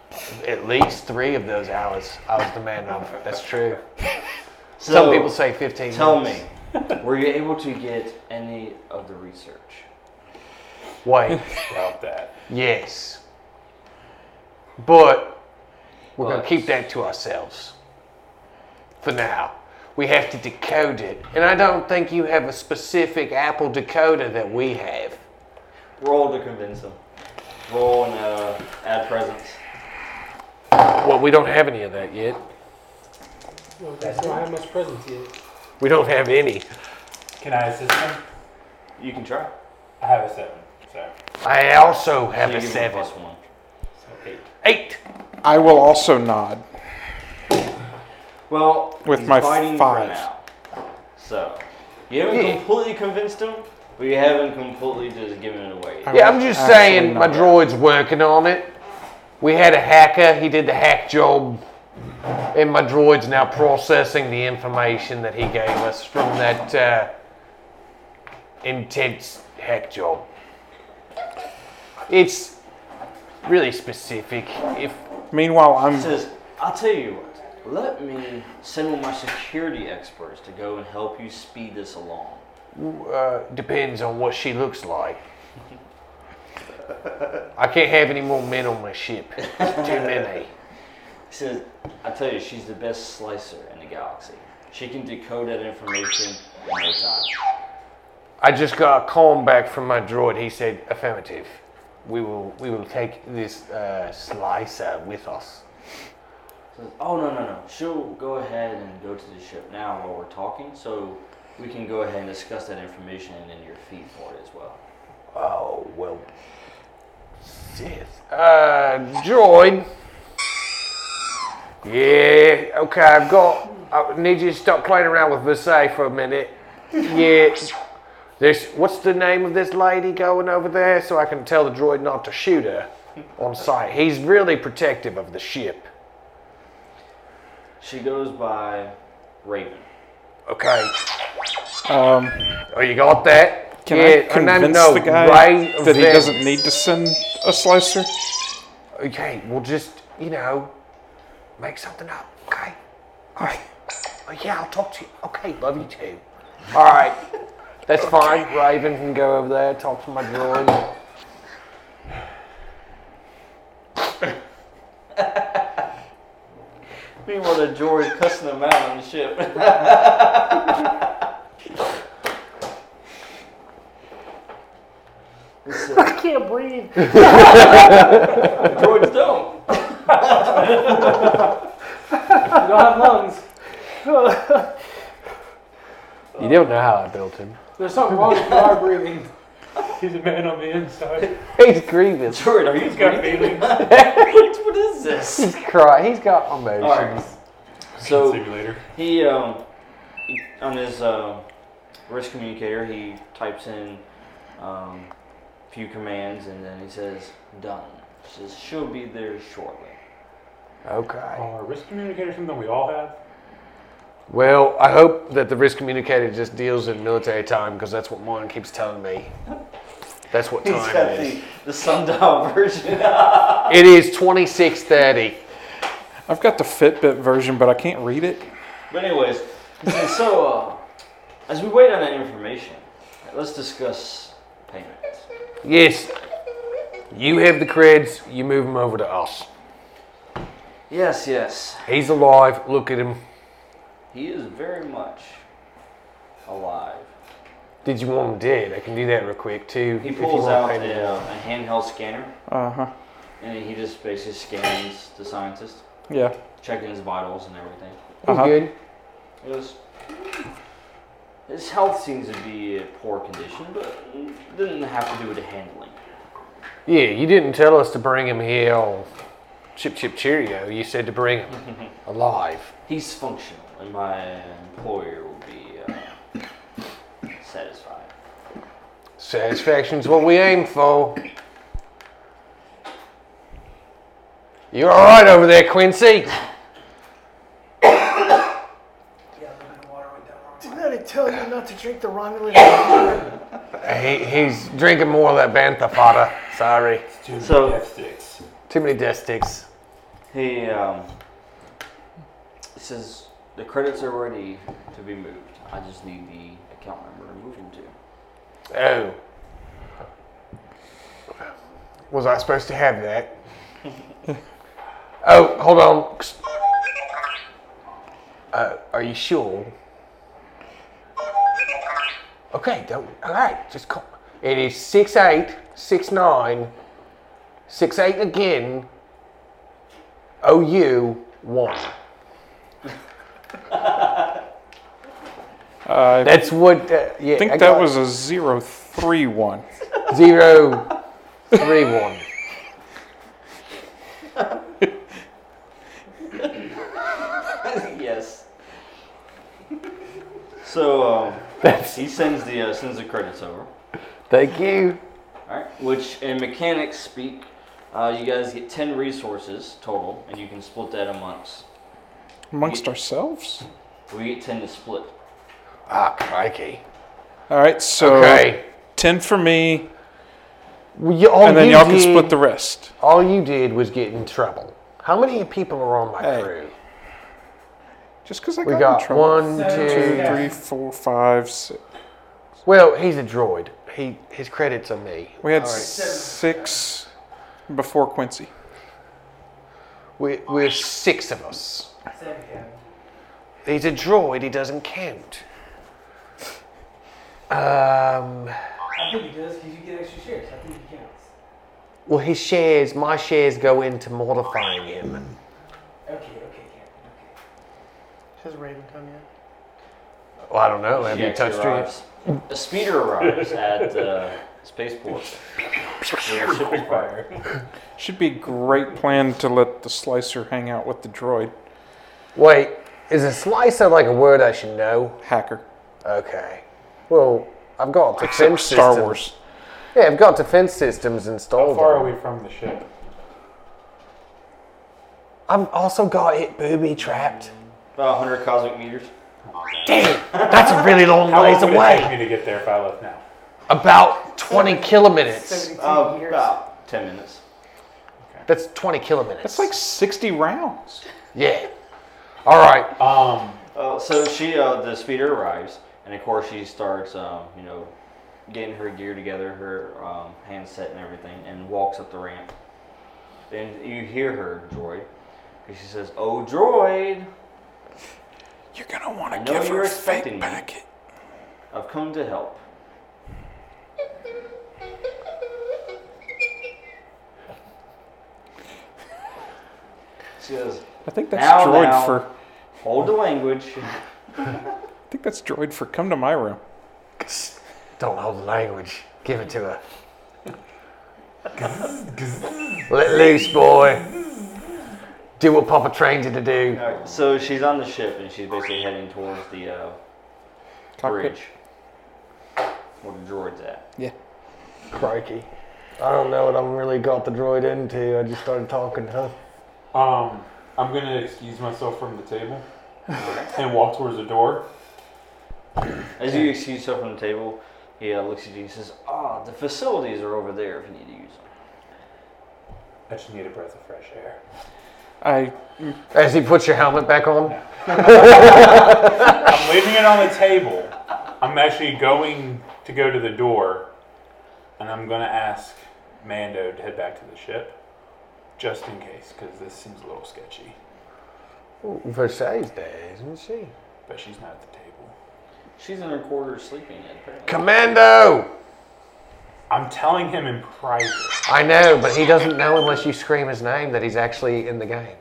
[SPEAKER 3] commute." At least three of those hours, I was the man of. That's true.
[SPEAKER 1] So,
[SPEAKER 3] Some people say fifteen.
[SPEAKER 1] Tell
[SPEAKER 3] minutes.
[SPEAKER 1] me, were you able to get any of the research?
[SPEAKER 3] Wait.
[SPEAKER 5] About that.
[SPEAKER 3] Yes. But we're going
[SPEAKER 1] But-
[SPEAKER 3] to keep that to ourselves for now. We have to decode it. And I don't think you have a specific Apple decoder that we have.
[SPEAKER 1] Roll to convince him. Roll and uh, add presence.
[SPEAKER 3] Well, we don't have any of that yet.
[SPEAKER 7] Well, that's not have much presence yet.
[SPEAKER 3] We don't have any.
[SPEAKER 5] Can I assist him?
[SPEAKER 1] You can try.
[SPEAKER 5] I have a seven, so
[SPEAKER 3] I also have
[SPEAKER 1] You
[SPEAKER 3] a
[SPEAKER 1] give him
[SPEAKER 3] seven.
[SPEAKER 1] plus one.
[SPEAKER 5] so eight.
[SPEAKER 3] Eight.
[SPEAKER 2] I will also nod.
[SPEAKER 1] Well,
[SPEAKER 2] With
[SPEAKER 1] he's
[SPEAKER 2] my
[SPEAKER 1] fighting
[SPEAKER 2] five.
[SPEAKER 1] for now. So you haven't completely convinced him, but you haven't completely just given it away.
[SPEAKER 2] I
[SPEAKER 3] Yeah,
[SPEAKER 2] will
[SPEAKER 3] I'm just
[SPEAKER 2] actually
[SPEAKER 3] saying my
[SPEAKER 2] nod.
[SPEAKER 3] droid's working on it. We had a hacker, he did the hack job, and my droid's now processing the information that he gave us from that uh, intense hack job. It's really specific. If
[SPEAKER 2] Meanwhile,
[SPEAKER 1] He
[SPEAKER 2] I'm
[SPEAKER 1] says, I'll tell you what, let me send one of my security experts to go and help you speed this along.
[SPEAKER 3] uh, depends on what she looks like. I can't have any more men on my ship. It's too many.
[SPEAKER 1] He says, I'll tell you, she's the best slicer in the galaxy. She can decode that information in no time.
[SPEAKER 3] I just got a call back from my droid. He said affirmative. We will we will take this uh, slicer with us.
[SPEAKER 1] He says, oh, no, no, no. She'll go ahead and go to the ship now while we're talking, so we can go ahead and discuss that information in your feed for it as well.
[SPEAKER 3] Oh well. Sith. Uh, droid. Yeah. Okay. I've got. I need you to stop playing around with Versailles for a minute. Yeah. There's. What's the name of this lady going over there? So I can tell the droid not to shoot her on sight. He's really protective of the ship.
[SPEAKER 1] She goes by Raven.
[SPEAKER 3] Okay.
[SPEAKER 2] um,
[SPEAKER 3] Oh, you got that?
[SPEAKER 2] Can I
[SPEAKER 3] her name-
[SPEAKER 2] convince
[SPEAKER 3] no,
[SPEAKER 2] the guy
[SPEAKER 3] Ray
[SPEAKER 2] that he
[SPEAKER 3] Ven-
[SPEAKER 2] doesn't need to send a slicer?
[SPEAKER 3] Okay, we'll just, you know, make something up, okay? All right. Oh, yeah, I'll talk to you. Okay, love you too. All right. That's fine. Raven can go over there, talk to my droid.
[SPEAKER 1] Meanwhile, the droid cussing them out on the ship. I can't breathe. Droids don't.
[SPEAKER 4] You don't have lungs.
[SPEAKER 3] You don't know how I built him.
[SPEAKER 7] There's something wrong with our breathing.
[SPEAKER 5] He's a man on the inside.
[SPEAKER 3] He's grievous.
[SPEAKER 1] Droid, are you
[SPEAKER 5] He's got feelings.
[SPEAKER 1] What, what is this?
[SPEAKER 3] He's crying. He's got emotions.
[SPEAKER 1] All right. So
[SPEAKER 5] Simulator.
[SPEAKER 1] he, um, he- on his uh, wrist communicator, he types in um, a few commands and then he says, "Done." He says she'll be there shortly.
[SPEAKER 3] Okay.
[SPEAKER 5] Are risk communicators something we all have?
[SPEAKER 3] Well, I hope that the risk communicator just deals in military time because that's what mine keeps telling me. That's what
[SPEAKER 1] He's
[SPEAKER 3] time
[SPEAKER 1] got
[SPEAKER 3] it is.
[SPEAKER 1] the, the sundial version.
[SPEAKER 3] It is 2630.
[SPEAKER 2] I've got the Fitbit version, but I can't read it.
[SPEAKER 1] But anyways, and so uh, as we wait on that information, let's discuss payment.
[SPEAKER 3] Yes. You have the creds, you move them over to us.
[SPEAKER 1] Yes, yes,
[SPEAKER 3] He's alive, look at him.
[SPEAKER 1] he is very much alive.
[SPEAKER 3] Did you want him dead? I can do that real quick too.
[SPEAKER 1] He
[SPEAKER 3] if you
[SPEAKER 1] pulls
[SPEAKER 3] want
[SPEAKER 1] out
[SPEAKER 3] paper.
[SPEAKER 1] a, uh, a handheld scanner
[SPEAKER 2] Uh huh.
[SPEAKER 1] and he just basically scans the scientist,
[SPEAKER 2] Yeah.
[SPEAKER 1] checking his vitals and everything.
[SPEAKER 3] He's
[SPEAKER 2] Uh-huh.
[SPEAKER 3] good.
[SPEAKER 1] He goes, his health seems to be in poor condition, but it didn't have to do with the handling.
[SPEAKER 3] Yeah, you didn't tell us to bring him here on Chip Chip Cheerio. You said to bring him alive.
[SPEAKER 1] He's functional, and my employer will be uh, satisfied.
[SPEAKER 3] Satisfaction's what we aim for. You're all right over there, Quincy.
[SPEAKER 4] Didn't I tell you not to drink the Romulan?
[SPEAKER 3] He, he's drinking more of that bantha fodder. Sorry,
[SPEAKER 1] So
[SPEAKER 3] too many death sticks.
[SPEAKER 1] He um, says the credits are ready to be moved. I just need the account number to move into.
[SPEAKER 3] Oh, was I supposed to have that? oh, hold on. Uh, are you sure? Okay, don't. All right, just call. It is six eight six nine six eight again. Oh, OU one.
[SPEAKER 2] I
[SPEAKER 3] That's what. Uh, yeah,
[SPEAKER 2] think that
[SPEAKER 3] got
[SPEAKER 2] was a zero three one.
[SPEAKER 3] zero three one.
[SPEAKER 1] yes. So um, he sends the uh, sends the credits over.
[SPEAKER 3] Thank you.
[SPEAKER 1] All right. Which in mechanics speak, uh, you guys get ten resources total, and you can split that amongst.
[SPEAKER 2] Amongst ourselves?
[SPEAKER 1] We get ten to split.
[SPEAKER 3] Ah, crikey.
[SPEAKER 2] All right, so
[SPEAKER 3] Okay.
[SPEAKER 2] 10 for me,
[SPEAKER 3] Well, you, all
[SPEAKER 2] and then
[SPEAKER 3] you
[SPEAKER 2] y'all can
[SPEAKER 3] did-
[SPEAKER 2] split the rest.
[SPEAKER 3] All you did was get in trouble. How many people are on my
[SPEAKER 2] Hey.
[SPEAKER 3] crew?
[SPEAKER 2] Just because I
[SPEAKER 3] We
[SPEAKER 2] got, in
[SPEAKER 3] got
[SPEAKER 2] trouble.
[SPEAKER 3] one, two.
[SPEAKER 2] Two, three, four, five, six.
[SPEAKER 3] Well, he's a droid. He his credits are me.
[SPEAKER 2] We had six before Quincy.
[SPEAKER 3] We're, we're six of us. He's a droid. He doesn't count. Um.
[SPEAKER 7] I think he does because you get extra shares. I think he counts.
[SPEAKER 3] Well, his shares, my shares, go into mortifying him.
[SPEAKER 7] Okay, okay, Captain.
[SPEAKER 4] Has Raven come yet?
[SPEAKER 2] Oh,
[SPEAKER 3] Well, I don't know. Oh, Have
[SPEAKER 1] She
[SPEAKER 3] you
[SPEAKER 1] actually
[SPEAKER 3] touched it?
[SPEAKER 1] arrives. A speeder arrives at uh, spaceport. Where the ship is fired.
[SPEAKER 2] Should be a great plan to let the slicer hang out with the droid
[SPEAKER 3] Wait, is a slicer like a word I should know?
[SPEAKER 2] hacker.
[SPEAKER 3] Okay. Well, I've got
[SPEAKER 2] Except
[SPEAKER 3] defense
[SPEAKER 2] Star
[SPEAKER 3] systems.
[SPEAKER 2] Wars.
[SPEAKER 3] Yeah, I've got defense systems
[SPEAKER 5] How
[SPEAKER 3] installed.
[SPEAKER 5] far
[SPEAKER 3] on
[SPEAKER 5] are
[SPEAKER 3] it.
[SPEAKER 5] we from the ship?
[SPEAKER 3] I've also got it booby trapped.
[SPEAKER 1] About 100 cosmic meters.
[SPEAKER 3] Damn, that's a really long
[SPEAKER 5] How
[SPEAKER 3] ways
[SPEAKER 5] long would it take
[SPEAKER 3] away.
[SPEAKER 5] me to get there if I left now?
[SPEAKER 3] About 20 kilometers.
[SPEAKER 4] 72
[SPEAKER 1] Uh,
[SPEAKER 4] years.
[SPEAKER 1] about 10 minutes.
[SPEAKER 3] That's 20 kilometers.
[SPEAKER 2] That's like 60 rounds.
[SPEAKER 3] yeah. All right.
[SPEAKER 5] Um,
[SPEAKER 1] Uh, so she, uh, the speeder arrives, and of course she starts, um, you know, getting her gear together, her um, handset and everything, and walks up the ramp. Then you hear her droid, and she says, "Oh droid,
[SPEAKER 2] You're going to want
[SPEAKER 1] I know you're expecting me. I've come to help." She says,
[SPEAKER 2] I think that's
[SPEAKER 1] Now,
[SPEAKER 2] droid
[SPEAKER 1] now.
[SPEAKER 2] for. I
[SPEAKER 1] "Hold the language."
[SPEAKER 2] think that's droid for come to my room.
[SPEAKER 3] Don't hold the language. Give it to her. Let loose, boy. Do what Papa trained you to do.
[SPEAKER 1] Alright, so she's on the ship and she's basically heading towards the uh,
[SPEAKER 2] Cockpit.
[SPEAKER 1] bridge where the droid's at.
[SPEAKER 3] Crikey. I don't know what I'm really got the droid into. I just started talking, huh?
[SPEAKER 5] um, I'm gonna excuse myself from the table and walk towards the door.
[SPEAKER 1] As you excuse yourself from the table, he uh, looks at you and says, "Ah, the facilities are over there if you need to use them."
[SPEAKER 5] I just need a breath of fresh air.
[SPEAKER 2] I
[SPEAKER 3] As he puts your helmet back on.
[SPEAKER 5] I'm leaving it on the table. I'm actually going to go to the door, and I'm gonna ask Mando to head back to the ship, just in case, because this seems a little sketchy.
[SPEAKER 3] Versailles Day, isn't she?
[SPEAKER 5] But she's not at the table.
[SPEAKER 1] She's in her quarters sleeping. in, Apparently.
[SPEAKER 3] Commando!
[SPEAKER 5] I'm telling him in private.
[SPEAKER 3] I know, but he doesn't know unless you scream his name that he's actually in the game.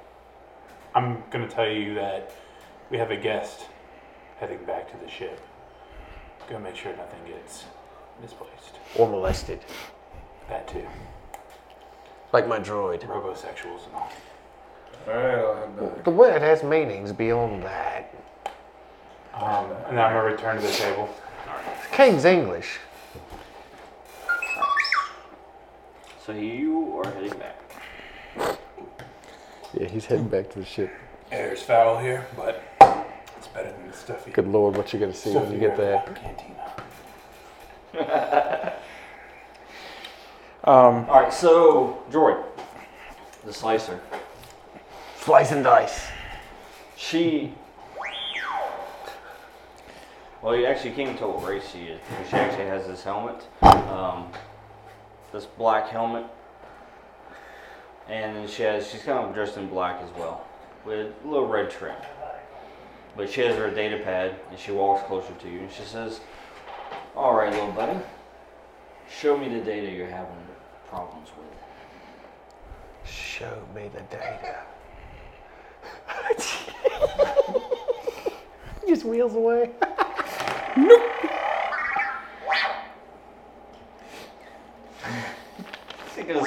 [SPEAKER 5] I'm gonna tell you that we have a guest heading back to the ship. Gonna make sure nothing gets misplaced.
[SPEAKER 3] Or molested.
[SPEAKER 5] That too.
[SPEAKER 3] like my droid.
[SPEAKER 5] Robosexuals and all.
[SPEAKER 8] Alright, I'll head back.
[SPEAKER 3] The word has meanings beyond that.
[SPEAKER 5] Um, and then I'm gonna return to the table.
[SPEAKER 3] It's King's English.
[SPEAKER 1] So you are heading back.
[SPEAKER 10] Yeah, he's heading back to the ship.
[SPEAKER 5] Yeah, there's foul here, but it's better than the stuffy.
[SPEAKER 10] Good lord, what you gonna see when you get there?
[SPEAKER 5] Cantina.
[SPEAKER 2] Um,
[SPEAKER 1] All right, so Droid, the slicer.
[SPEAKER 3] Slice and dice.
[SPEAKER 1] She. Well, you actually can't even tell what race she is because she actually has this helmet, um, this black helmet, and then she has she's kind of dressed in black as well, with a little red trim. But she has her data pad and she walks closer to you and she says, "All right, little buddy, show me the data you're having problems with."
[SPEAKER 3] Show me the data. He just wheels away.
[SPEAKER 1] She goes,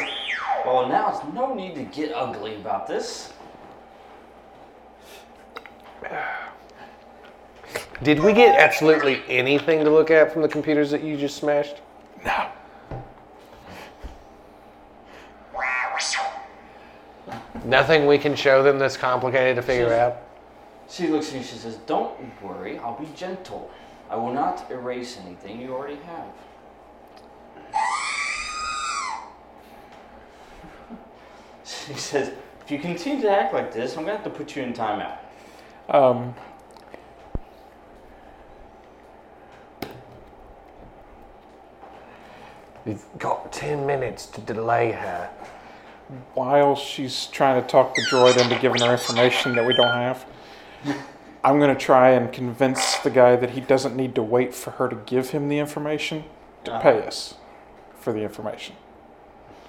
[SPEAKER 1] well, now it's no need to get ugly about this.
[SPEAKER 3] Did we get absolutely anything to look at from the computers that you just smashed? No. Nothing we can show them that's complicated to figure out?
[SPEAKER 1] She looks at you, she says, don't worry, I'll be gentle. I will not erase anything you already have. She says, if you continue to act like this, I'm going to have to put you in timeout.
[SPEAKER 2] um,
[SPEAKER 3] We've got 10 minutes to delay her.
[SPEAKER 2] while she's trying to talk the droid into giving her information that we don't have, I'm going to try and convince the guy that he doesn't need to wait for her to give him the information
[SPEAKER 1] Uh-huh.
[SPEAKER 2] to pay us for the information.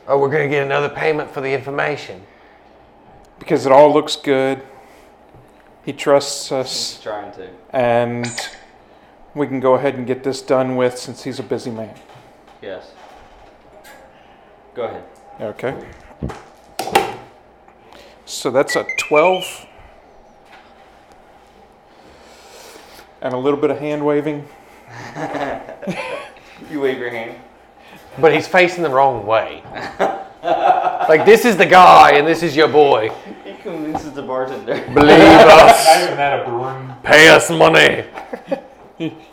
[SPEAKER 3] Oh, we're going to get another payment for the information.
[SPEAKER 2] Because it all looks good. He trusts us,
[SPEAKER 1] She's trying to.
[SPEAKER 2] and we can go ahead and get this done with since he's a busy man.
[SPEAKER 1] Yes. Go ahead.
[SPEAKER 2] Okay. So that's a 12. And a little bit of hand waving.
[SPEAKER 1] You wave your hand.
[SPEAKER 3] But he's facing the wrong way. like, this is the guy and this is your boy.
[SPEAKER 1] He convinces the bartender.
[SPEAKER 3] Believe us.
[SPEAKER 5] I haven't had a broom.
[SPEAKER 3] Pay us money.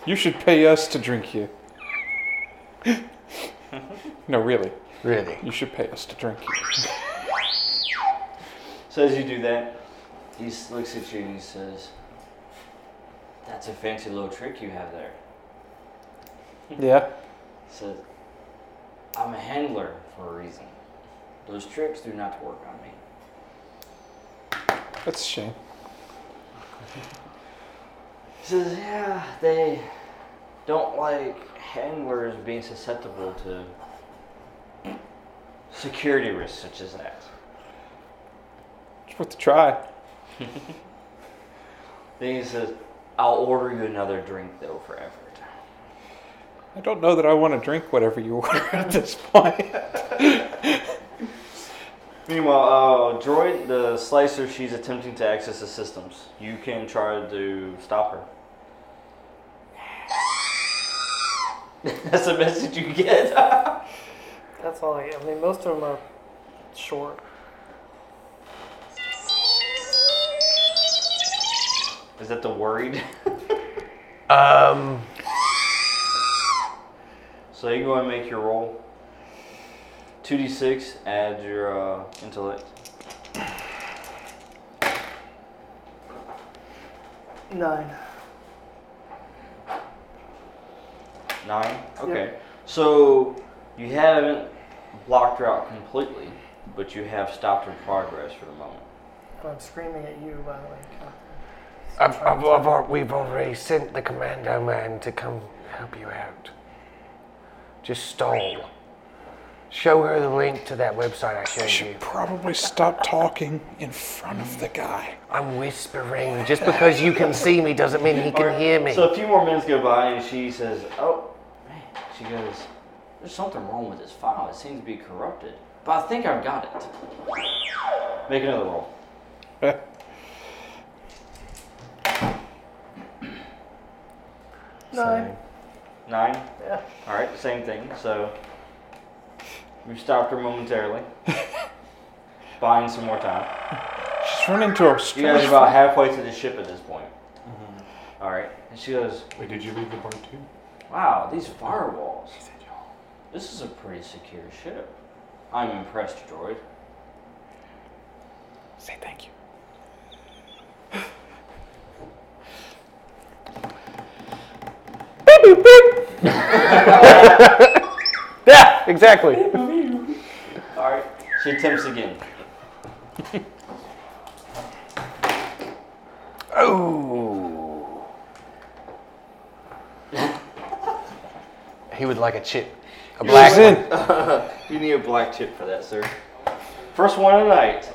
[SPEAKER 2] You should pay us to drink you. No, really.
[SPEAKER 3] Really?
[SPEAKER 2] You should pay us to drink you.
[SPEAKER 1] So as you do that, he s- looks at you and he says, that's a fancy little trick you have there.
[SPEAKER 2] Yeah.
[SPEAKER 1] says, I'm a handler for a reason. Those tricks do not work on me.
[SPEAKER 2] That's a shame.
[SPEAKER 1] He says, Yeah, they don't like handlers being susceptible to security risks such as that.
[SPEAKER 2] It's worth a try.
[SPEAKER 1] Then he says, I'll order you another drink though for effort.
[SPEAKER 2] I don't know that I want to drink whatever you order at this point.
[SPEAKER 1] Meanwhile, uh, Droid, the slicer, she's attempting to access the systems. You can try to stop her. That's the message you get.
[SPEAKER 4] That's all I get. I mean, most of them are short.
[SPEAKER 1] Is that the worried?
[SPEAKER 3] Um,
[SPEAKER 1] So you go and make your roll. Two d six. Add your uh, intellect.
[SPEAKER 4] Nine.
[SPEAKER 1] Nine. Okay. So you haven't blocked her out completely, but you have stopped her progress for the moment.
[SPEAKER 4] I'm screaming at you, by the way.
[SPEAKER 3] I've, I've, I've, al- we've already sent the commando man to come help you out. Just stall. Show her the link to that website I showed you.
[SPEAKER 2] Probably stop talking in front of the guy.
[SPEAKER 3] I'm whispering. Just because you can see me doesn't mean he can hear me.
[SPEAKER 1] So a few more minutes go by, and she says, "Oh, man." She goes, "There's something wrong with this file. It seems to be corrupted." But I think I've got it. Make another roll.
[SPEAKER 4] Nine.
[SPEAKER 1] Nine?
[SPEAKER 4] Yeah.
[SPEAKER 1] Alright, same thing. So we stopped her momentarily. buying some more time.
[SPEAKER 2] She's running to her
[SPEAKER 1] You guys are about halfway to the ship at this point. Alright. And she goes,
[SPEAKER 8] Wait, did you read the part two?
[SPEAKER 1] Wow, these firewalls. This is a pretty secure ship. I'm impressed, droid.
[SPEAKER 2] Say thank you.
[SPEAKER 3] yeah, exactly.
[SPEAKER 1] Alright. She attempts again.
[SPEAKER 3] Oh. he would like a chip. A black one.
[SPEAKER 1] you need a black chip for that, sir. First one of the night.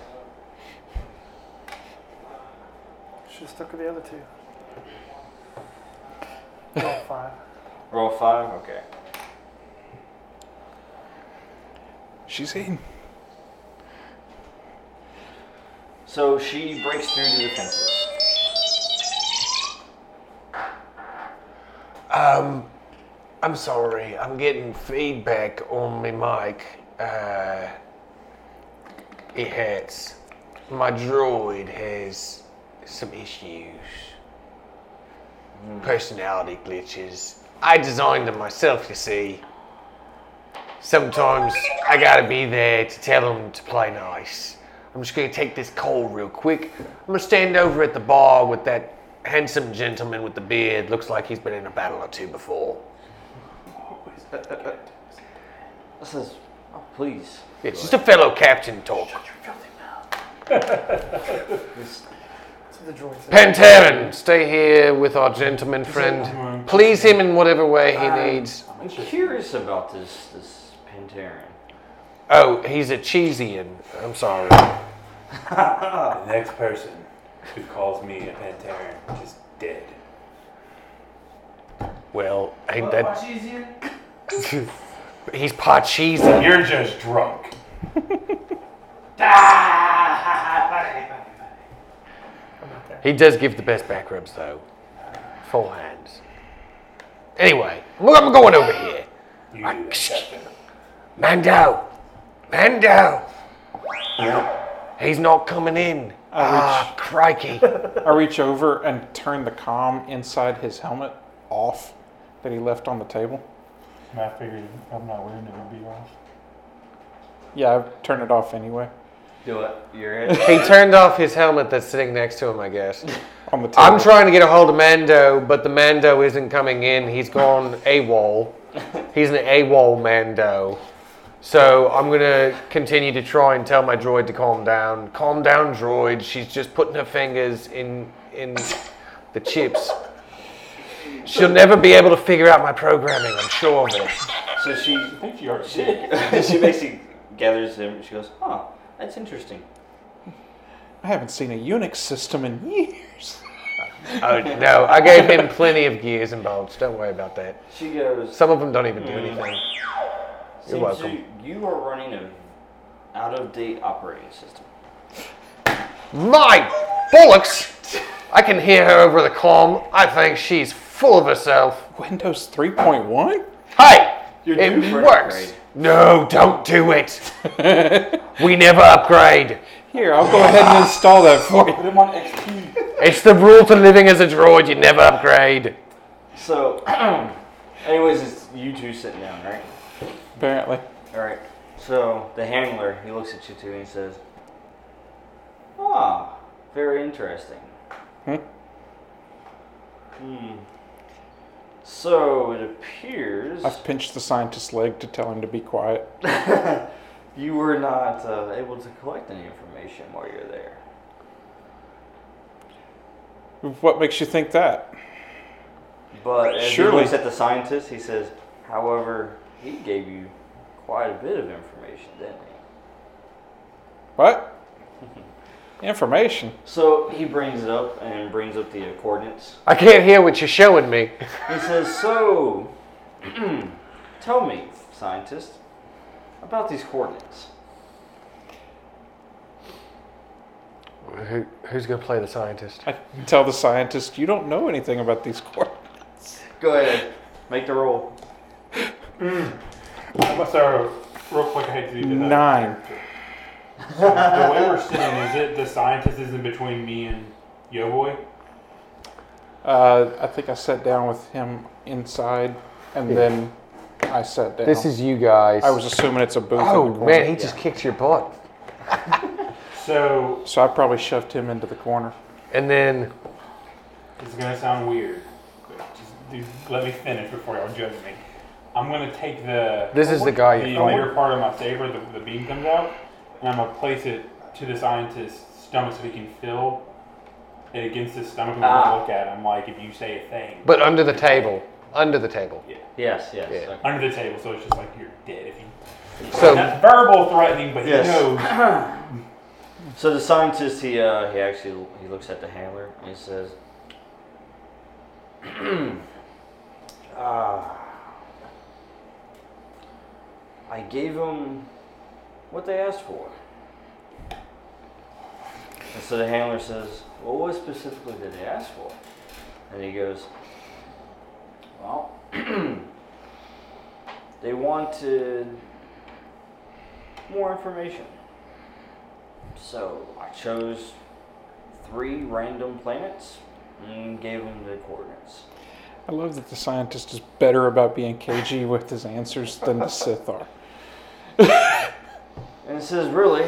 [SPEAKER 4] Should've stuck with the other two. Roll five.
[SPEAKER 1] Roll five? Okay.
[SPEAKER 2] She's in.
[SPEAKER 1] So she breaks through the defenses.
[SPEAKER 3] Um, I'm sorry. I'm getting feedback on my mic. Uh, it hurts. My droid has some issues. Personality glitches. I designed them myself, you see. Sometimes I gotta be there to tell them to play nice. I'm just gonna take this cold real quick. I'm gonna stand over at the bar with that handsome gentleman with the beard. Looks like he's been in a battle or two before.
[SPEAKER 1] This is, oh, please.
[SPEAKER 3] It's just a fellow captain talk.
[SPEAKER 4] So the droid says,
[SPEAKER 3] Pantaran, stay here with our gentleman friend. Please him in whatever way he needs.
[SPEAKER 1] I'm curious about this this Pentaran.
[SPEAKER 3] Oh, he's a cheesian. I'm sorry.
[SPEAKER 8] The next person who calls me a Pantarian is dead.
[SPEAKER 3] Well, ain't that. He's Pachisi.
[SPEAKER 8] You're just drunk.
[SPEAKER 3] He does give the best back rubs, though. Full hands. Anyway, look, I'm going over here.
[SPEAKER 8] You do that. Captain.
[SPEAKER 3] Mando! Mando! He's not coming in. Ah, crikey.
[SPEAKER 2] I reach over and turn the comm inside his helmet off that he left on the table.
[SPEAKER 5] I figured I'm not wearing it would be off.
[SPEAKER 2] Yeah, I turn it off anyway
[SPEAKER 1] Do it. You're it.
[SPEAKER 3] he turned off his helmet that's sitting next to him, I guess.
[SPEAKER 2] on the table.
[SPEAKER 3] I'm trying to get a hold of Mando, but the Mando isn't coming in. He's gone AWOL. He's an AWOL Mando. So I'm gonna continue to try and tell my droid to calm down. Calm down, droid. She's just putting her fingers in in the chips. She'll never be able to figure out my programming. I'm sure of it.
[SPEAKER 1] so she
[SPEAKER 8] I think you already did.
[SPEAKER 1] she, she basically gathers him and she goes, huh, that's interesting.
[SPEAKER 2] I haven't seen a Unix system in years.
[SPEAKER 3] Oh no, I gave him plenty of gears and bolts. Don't worry about that.
[SPEAKER 1] She goes,
[SPEAKER 3] Some of them don't even do anything.
[SPEAKER 1] Seems
[SPEAKER 3] welcome.
[SPEAKER 1] You, you are running a out of date operating system.
[SPEAKER 3] My bollocks! I can hear her over the comm. I think she's full of herself.
[SPEAKER 2] Windows 3.1?
[SPEAKER 3] Hey!
[SPEAKER 1] You're due
[SPEAKER 3] it
[SPEAKER 1] for an
[SPEAKER 3] works.
[SPEAKER 1] upgrade.
[SPEAKER 3] No, don't do it. we never upgrade.
[SPEAKER 2] Here, I'll go ahead and install that for you.
[SPEAKER 5] I'm on XP.
[SPEAKER 3] It's the rule to living as a droid. You never upgrade.
[SPEAKER 1] So, anyways, it's you two sitting down, right?
[SPEAKER 2] Apparently.
[SPEAKER 1] All right. So the handler, he looks at you two and he says, "Ah, very interesting."
[SPEAKER 2] Hmm?
[SPEAKER 1] Hmm. So it appears
[SPEAKER 2] I've pinched the scientist's leg to tell him to be quiet.
[SPEAKER 1] you were not uh, able to collect any information while you're there.
[SPEAKER 2] What makes you think that?
[SPEAKER 1] But as
[SPEAKER 2] Surely.
[SPEAKER 1] he looks at the scientist, he says, "However, he gave you quite a bit of information, didn't he?"
[SPEAKER 2] What? Information.
[SPEAKER 1] So he brings it up and brings up the coordinates.
[SPEAKER 3] I can't hear what you're showing me.
[SPEAKER 1] He says, So, tell me, scientist, about these coordinates.
[SPEAKER 3] Who, who's going to play the scientist?
[SPEAKER 2] I tell the scientist, you don't know anything about these coordinates.
[SPEAKER 1] Go ahead. Make the roll.
[SPEAKER 5] I'm sorry, real quick, I hate to do that.
[SPEAKER 2] Nine.
[SPEAKER 5] So the way we're sitting, is it the scientist is in between me and Yo Boy?
[SPEAKER 2] Uh, I think I sat down with him inside, and
[SPEAKER 10] Yeah.
[SPEAKER 2] then I sat down.
[SPEAKER 10] This is you guys.
[SPEAKER 2] I was assuming it's a booth. in the
[SPEAKER 10] Oh
[SPEAKER 2] corner.
[SPEAKER 10] man, he just kicked your butt.
[SPEAKER 5] So
[SPEAKER 2] So I probably shoved him into the corner.
[SPEAKER 3] And then
[SPEAKER 5] it's gonna sound weird, but just do, let me finish before y'all judge me. I'm gonna take the
[SPEAKER 3] This is the guy
[SPEAKER 5] the
[SPEAKER 3] you found.
[SPEAKER 5] lower part of my saber, the, the beam comes out, and I'm gonna place it to the scientist's stomach so he can feel it against his stomach and we're gonna
[SPEAKER 1] Ah.
[SPEAKER 5] look at him like if you say a thing
[SPEAKER 3] But under the table. Under the table.
[SPEAKER 1] Yes, yes.
[SPEAKER 3] Yeah.
[SPEAKER 1] okay.
[SPEAKER 5] under the table, so it's just like you're dead if you.
[SPEAKER 3] So
[SPEAKER 5] Not verbal threatening, but
[SPEAKER 1] Yes.
[SPEAKER 5] he knows.
[SPEAKER 1] So the scientist, he uh, he actually he looks at the handler and he says, "Ah, I gave him what they asked for." And so the handler says, "Well, what specifically did they ask for?" And he goes, "Well, they wanted more information." So I chose three random planets and gave them the coordinates.
[SPEAKER 2] I love that the scientist is better about being cagey with his answers than the Sith are.
[SPEAKER 1] And it says, really,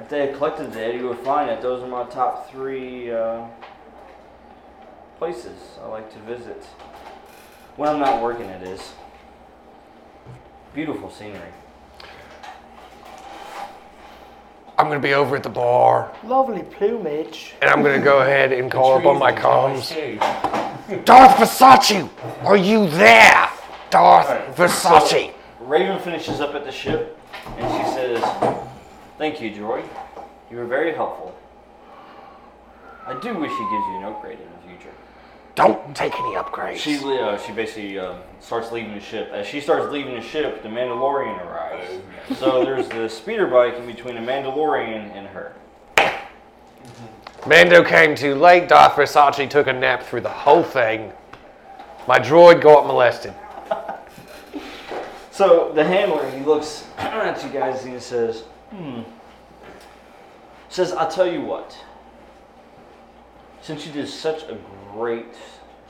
[SPEAKER 1] if they had collected the data, you would find that those are my top three uh, places I like to visit. When I'm not working, it is. Beautiful scenery.
[SPEAKER 3] I'm going to be over at the bar
[SPEAKER 4] Lovely plumage.
[SPEAKER 3] and I'm going to go ahead and call up on Oh, my comms.
[SPEAKER 5] Hey,
[SPEAKER 3] Darth Versace, are you there? Darth Versace.
[SPEAKER 1] Raven finishes up at the ship and she says, Thank you, Joy. You were very helpful. I do wish he gives you an upgrade in the future.
[SPEAKER 3] Don't take any upgrades.
[SPEAKER 1] She uh, she basically um, starts leaving the ship. As she starts leaving the ship, the Mandalorian arrives. so there's the speeder bike in between the Mandalorian and her.
[SPEAKER 3] Mando came too late. Darth Versace took a nap through the whole thing. My droid got molested.
[SPEAKER 1] So the handler he looks at you guys and he says, "Hmm." Says, "I'll tell you what. Since you did such a great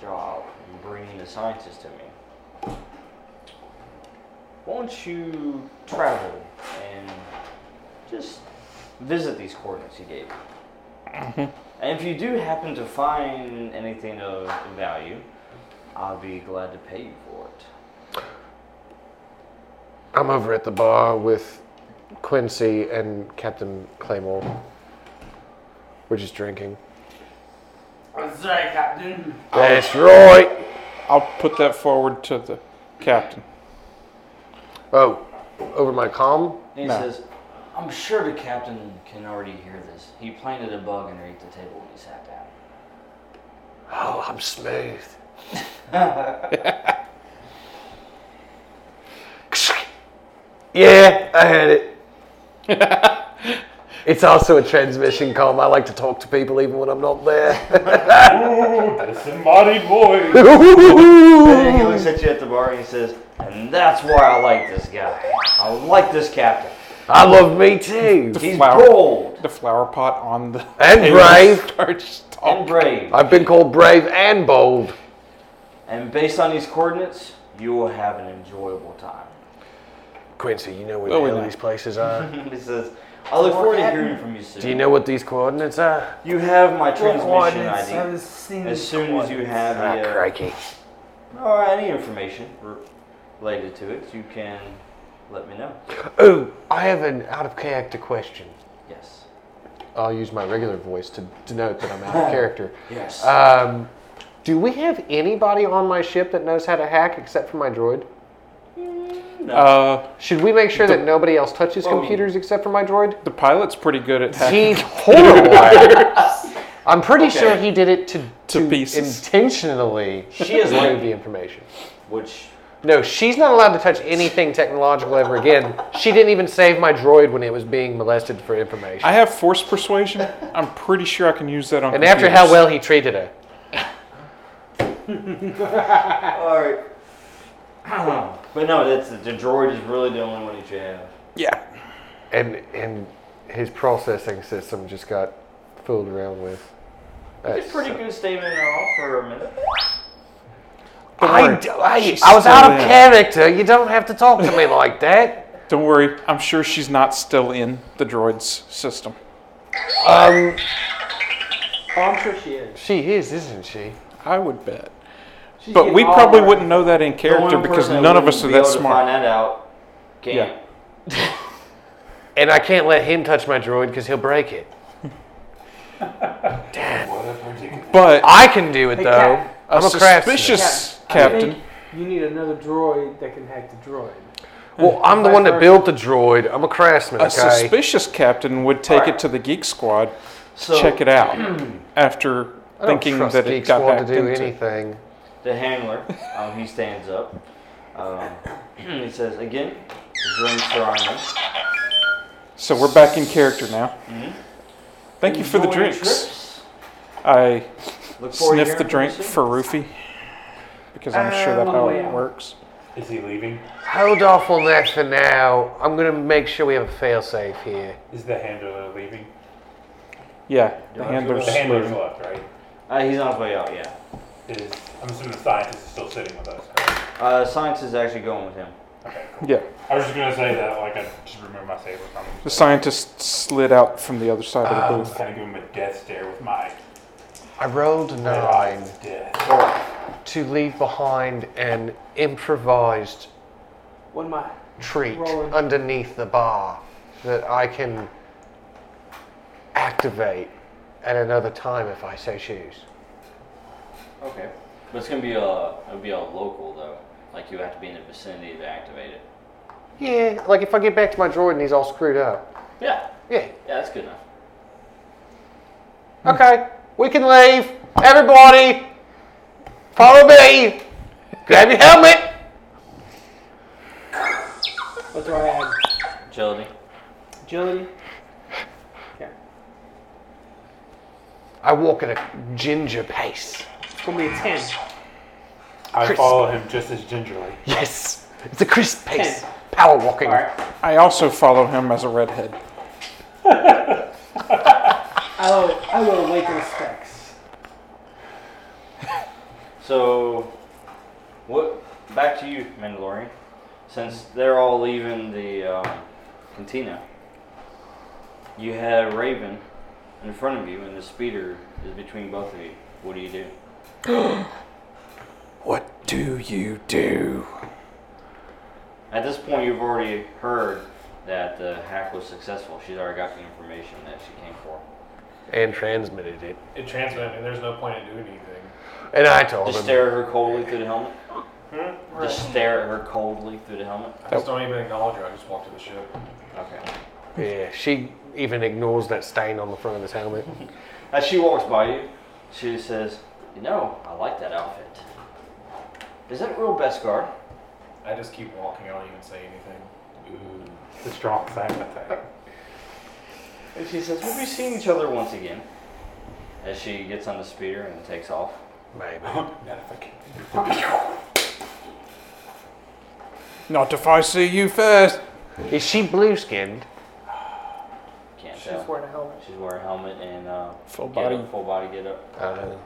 [SPEAKER 1] job in bringing the scientist to me, why don't you travel and just visit these coordinates you gave me? And if you do happen to find anything of value, I'll be glad to pay you for it."
[SPEAKER 3] I'm over at the bar with Quincy and Captain Claymore. We're just drinking.
[SPEAKER 7] I'm sorry, Captain.
[SPEAKER 3] That's right.
[SPEAKER 2] I'll put that forward to the captain.
[SPEAKER 3] Oh, over my comm?
[SPEAKER 1] And he
[SPEAKER 2] No.
[SPEAKER 1] says, I'm sure the captain can already hear this. He planted a bug underneath the table when he sat down.
[SPEAKER 3] Oh, I'm smooth. yeah, I heard it. it's also a transmission comm. I like to talk to people even when I'm not there.
[SPEAKER 5] disembodied voice.
[SPEAKER 1] And then he looks at you at the bar and he says, And that's why I like this guy. I like this captain.
[SPEAKER 3] I love me too.
[SPEAKER 1] He's
[SPEAKER 2] Flower.
[SPEAKER 1] bold
[SPEAKER 2] The flower pot on the
[SPEAKER 3] And
[SPEAKER 2] table
[SPEAKER 3] brave.
[SPEAKER 2] starts
[SPEAKER 3] Oh,
[SPEAKER 1] and
[SPEAKER 2] talking.
[SPEAKER 1] brave.
[SPEAKER 3] I've been called brave and bold.
[SPEAKER 1] And based on these coordinates, you will have an enjoyable time.
[SPEAKER 3] Quincy, you know where
[SPEAKER 2] Well, Oh, we
[SPEAKER 3] the hell
[SPEAKER 2] know.
[SPEAKER 3] these places are.
[SPEAKER 1] he says, I look forward to hearing from you soon.
[SPEAKER 3] Do you know what these coordinates are?
[SPEAKER 1] You have my transmission
[SPEAKER 7] Coordinates.
[SPEAKER 1] ID.
[SPEAKER 7] I've seen
[SPEAKER 1] As soon as you have
[SPEAKER 3] Ah,
[SPEAKER 1] the, uh,
[SPEAKER 3] crikey.
[SPEAKER 1] or any information related to it, you can let me know.
[SPEAKER 3] Oh, I have an out of character question.
[SPEAKER 1] Yes.
[SPEAKER 10] I'll use my regular voice to denote that I'm out of character.
[SPEAKER 1] Yes.
[SPEAKER 3] Um, do we have anybody on my ship that knows how to hack except for my droid?
[SPEAKER 2] Uh,
[SPEAKER 3] Should we make sure that nobody else touches computers except for my droid?
[SPEAKER 2] the pilot's pretty good at hacking.
[SPEAKER 3] He's horrible. at it. I'm pretty sure he did it to,
[SPEAKER 2] To pieces.
[SPEAKER 3] intentionally
[SPEAKER 1] She is
[SPEAKER 3] leave
[SPEAKER 1] like
[SPEAKER 3] the information.
[SPEAKER 1] which
[SPEAKER 3] No, she's not allowed to touch anything technological ever again. She didn't even save my droid when it was being molested for information.
[SPEAKER 2] I have force persuasion. I'm pretty sure I can use that on.
[SPEAKER 3] and after
[SPEAKER 2] computers.
[SPEAKER 3] how well he treated her.
[SPEAKER 1] All right. but no, that's the droid is really the only one that you have.
[SPEAKER 2] Yeah.
[SPEAKER 3] And and his processing system just got fooled around with.
[SPEAKER 1] It's a pretty good statement at all for a minute.
[SPEAKER 2] Don't
[SPEAKER 3] I,
[SPEAKER 2] worry.
[SPEAKER 3] d- I,
[SPEAKER 2] She's
[SPEAKER 3] I was
[SPEAKER 2] still
[SPEAKER 3] out of
[SPEAKER 2] in.
[SPEAKER 3] character. You don't have to talk to me like that.
[SPEAKER 2] Don't worry. I'm sure she's not still in the droid's system.
[SPEAKER 3] Um,
[SPEAKER 7] Oh, I'm sure she is.
[SPEAKER 3] she is, isn't she?
[SPEAKER 2] I would bet.
[SPEAKER 7] She's
[SPEAKER 2] But
[SPEAKER 7] getting
[SPEAKER 2] we
[SPEAKER 7] all
[SPEAKER 2] probably
[SPEAKER 7] her-
[SPEAKER 2] wouldn't know that in
[SPEAKER 1] The
[SPEAKER 2] character
[SPEAKER 1] one
[SPEAKER 2] because
[SPEAKER 1] person that
[SPEAKER 2] none of
[SPEAKER 1] wouldn't
[SPEAKER 2] us are
[SPEAKER 1] be
[SPEAKER 2] that
[SPEAKER 1] able To find
[SPEAKER 2] smart.
[SPEAKER 1] that out. Can't.
[SPEAKER 2] Yeah.
[SPEAKER 3] And I can't let him touch my droid because he'll break it.
[SPEAKER 2] But
[SPEAKER 3] I can do it
[SPEAKER 7] Hey,
[SPEAKER 3] though.
[SPEAKER 7] Cat.
[SPEAKER 3] I'm a craftsman.
[SPEAKER 2] suspicious captain.
[SPEAKER 7] I think you need another droid that can hack the droid.
[SPEAKER 3] Well, I'm the one that built the droid. I'm a craftsman.
[SPEAKER 2] A
[SPEAKER 3] Okay.
[SPEAKER 2] suspicious captain would take it to the Geek Squad
[SPEAKER 1] So
[SPEAKER 2] to check it out after
[SPEAKER 3] I don't
[SPEAKER 2] thinking
[SPEAKER 3] trust
[SPEAKER 2] that it
[SPEAKER 3] Geek
[SPEAKER 2] got
[SPEAKER 3] Squad
[SPEAKER 2] hacked
[SPEAKER 3] to do
[SPEAKER 2] into.
[SPEAKER 3] anything.
[SPEAKER 1] the handler, um, he stands up. Um, he says again, the drinks are on us.
[SPEAKER 2] So we're back in character now. Thank you for the
[SPEAKER 1] Mm-hmm. Enjoy your
[SPEAKER 2] drinks.
[SPEAKER 1] trips.
[SPEAKER 2] I
[SPEAKER 1] Look forward to
[SPEAKER 2] sniffed the
[SPEAKER 1] hearing from
[SPEAKER 2] drink
[SPEAKER 1] you soon.
[SPEAKER 2] for Rufy because I'm
[SPEAKER 1] Uh,
[SPEAKER 2] sure that's how it works.
[SPEAKER 5] Is he leaving?
[SPEAKER 3] Hold off on that for now. I'm gonna make sure we have a failsafe here.
[SPEAKER 5] Is the handler leaving?
[SPEAKER 2] Yeah, the handler's
[SPEAKER 5] the handler's
[SPEAKER 2] leaving.
[SPEAKER 5] left, right?
[SPEAKER 1] Uh, he's on his way out. Yeah.
[SPEAKER 5] Is I'm assuming the scientist is still sitting with us.
[SPEAKER 1] Uh, science is actually going with him.
[SPEAKER 2] Yeah,
[SPEAKER 5] I was just gonna say that, like I just removed my saber from him.
[SPEAKER 2] the scientist slid out from the other side
[SPEAKER 5] Uh,
[SPEAKER 2] of
[SPEAKER 5] I'm
[SPEAKER 2] the
[SPEAKER 5] just
[SPEAKER 2] booth.
[SPEAKER 5] kind of giving him a death stare with my
[SPEAKER 3] I rolled a nine
[SPEAKER 5] eyes. Death.
[SPEAKER 3] to leave behind an improvised
[SPEAKER 7] One my
[SPEAKER 3] treat
[SPEAKER 7] Rolling.
[SPEAKER 3] underneath the bar that I can activate at another time if I so choose.
[SPEAKER 1] Okay. But it's gonna be a it'll be a local though. Like you have to be in the vicinity to activate it.
[SPEAKER 3] Yeah, like if I get back to my droid and he's all screwed up.
[SPEAKER 1] Yeah.
[SPEAKER 3] Yeah.
[SPEAKER 1] Yeah, that's good enough.
[SPEAKER 7] Hmm.
[SPEAKER 3] Okay, we can leave. Everybody, follow me. Grab your helmet.
[SPEAKER 7] What do I have?
[SPEAKER 1] Agility.
[SPEAKER 7] Agility. Okay.
[SPEAKER 3] I walk at a ginger pace.
[SPEAKER 7] It's gonna be a ten.
[SPEAKER 5] I
[SPEAKER 3] Chris.
[SPEAKER 5] follow him just as gingerly.
[SPEAKER 3] Yes, it's a crisp pace.
[SPEAKER 7] Ten.
[SPEAKER 3] Power walking.
[SPEAKER 2] I also follow him as a redhead.
[SPEAKER 7] I will. Oh, I will awaken specs.
[SPEAKER 1] So, what? Back to you, Mandalorian. Since they're all leaving the um, cantina, you had Raven in front of you, and the speeder is between both of you. What do you do?
[SPEAKER 2] What do you do?
[SPEAKER 1] At this point, you've already heard that the hack was successful. She's already got the information that she came for.
[SPEAKER 3] And transmitted it.
[SPEAKER 8] It transmitted, and there's no point in doing anything.
[SPEAKER 3] And I told
[SPEAKER 1] Just
[SPEAKER 3] him.
[SPEAKER 1] stare at her coldly through the helmet. Just stare at her coldly through the helmet.
[SPEAKER 8] I just don't even acknowledge her. I just walk to the ship.
[SPEAKER 1] Okay.
[SPEAKER 3] Yeah, she even ignores that stain on the front of his helmet.
[SPEAKER 1] As she walks by you, she says, "You know, I like that outfit. Is that real Beskar?"
[SPEAKER 8] I just keep walking. I don't even say anything.
[SPEAKER 5] Ooh, the strong silent thing.
[SPEAKER 1] And she says, "We'll be seeing each other once again." As she gets on the speeder and takes off.
[SPEAKER 3] Maybe.
[SPEAKER 5] Not if I can.
[SPEAKER 2] Not if I see you first.
[SPEAKER 3] Is she blue skinned?
[SPEAKER 1] Can't
[SPEAKER 4] She's
[SPEAKER 1] tell.
[SPEAKER 4] wearing a helmet.
[SPEAKER 1] She's wearing a helmet and uh,
[SPEAKER 2] Full
[SPEAKER 1] get
[SPEAKER 2] body.
[SPEAKER 1] up, full body get up.
[SPEAKER 3] Because
[SPEAKER 5] Do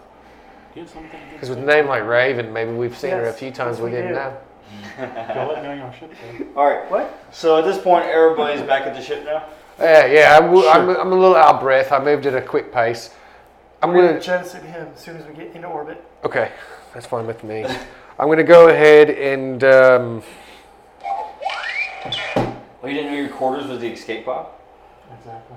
[SPEAKER 5] you have something to do?
[SPEAKER 3] Uh, with a name like Raven, maybe we've seen her a
[SPEAKER 4] Yes,
[SPEAKER 3] few times
[SPEAKER 4] yes,
[SPEAKER 3] we
[SPEAKER 4] we
[SPEAKER 3] didn't
[SPEAKER 4] do.
[SPEAKER 3] know.
[SPEAKER 5] Y'all let me know your ship. though.
[SPEAKER 1] All right.
[SPEAKER 4] What?
[SPEAKER 1] So at this point, everybody's back at the ship now.
[SPEAKER 3] Yeah, yeah, I'm, w am I'm a little out of breath. I moved at a quick pace. I'm
[SPEAKER 4] We're gonna
[SPEAKER 3] gonna.
[SPEAKER 4] jettison him as soon as we get into orbit.
[SPEAKER 3] Okay, that's fine with me. I'm gonna go ahead and. Um,
[SPEAKER 1] Oh, you didn't know your quarters was the escape pod.
[SPEAKER 5] Exactly.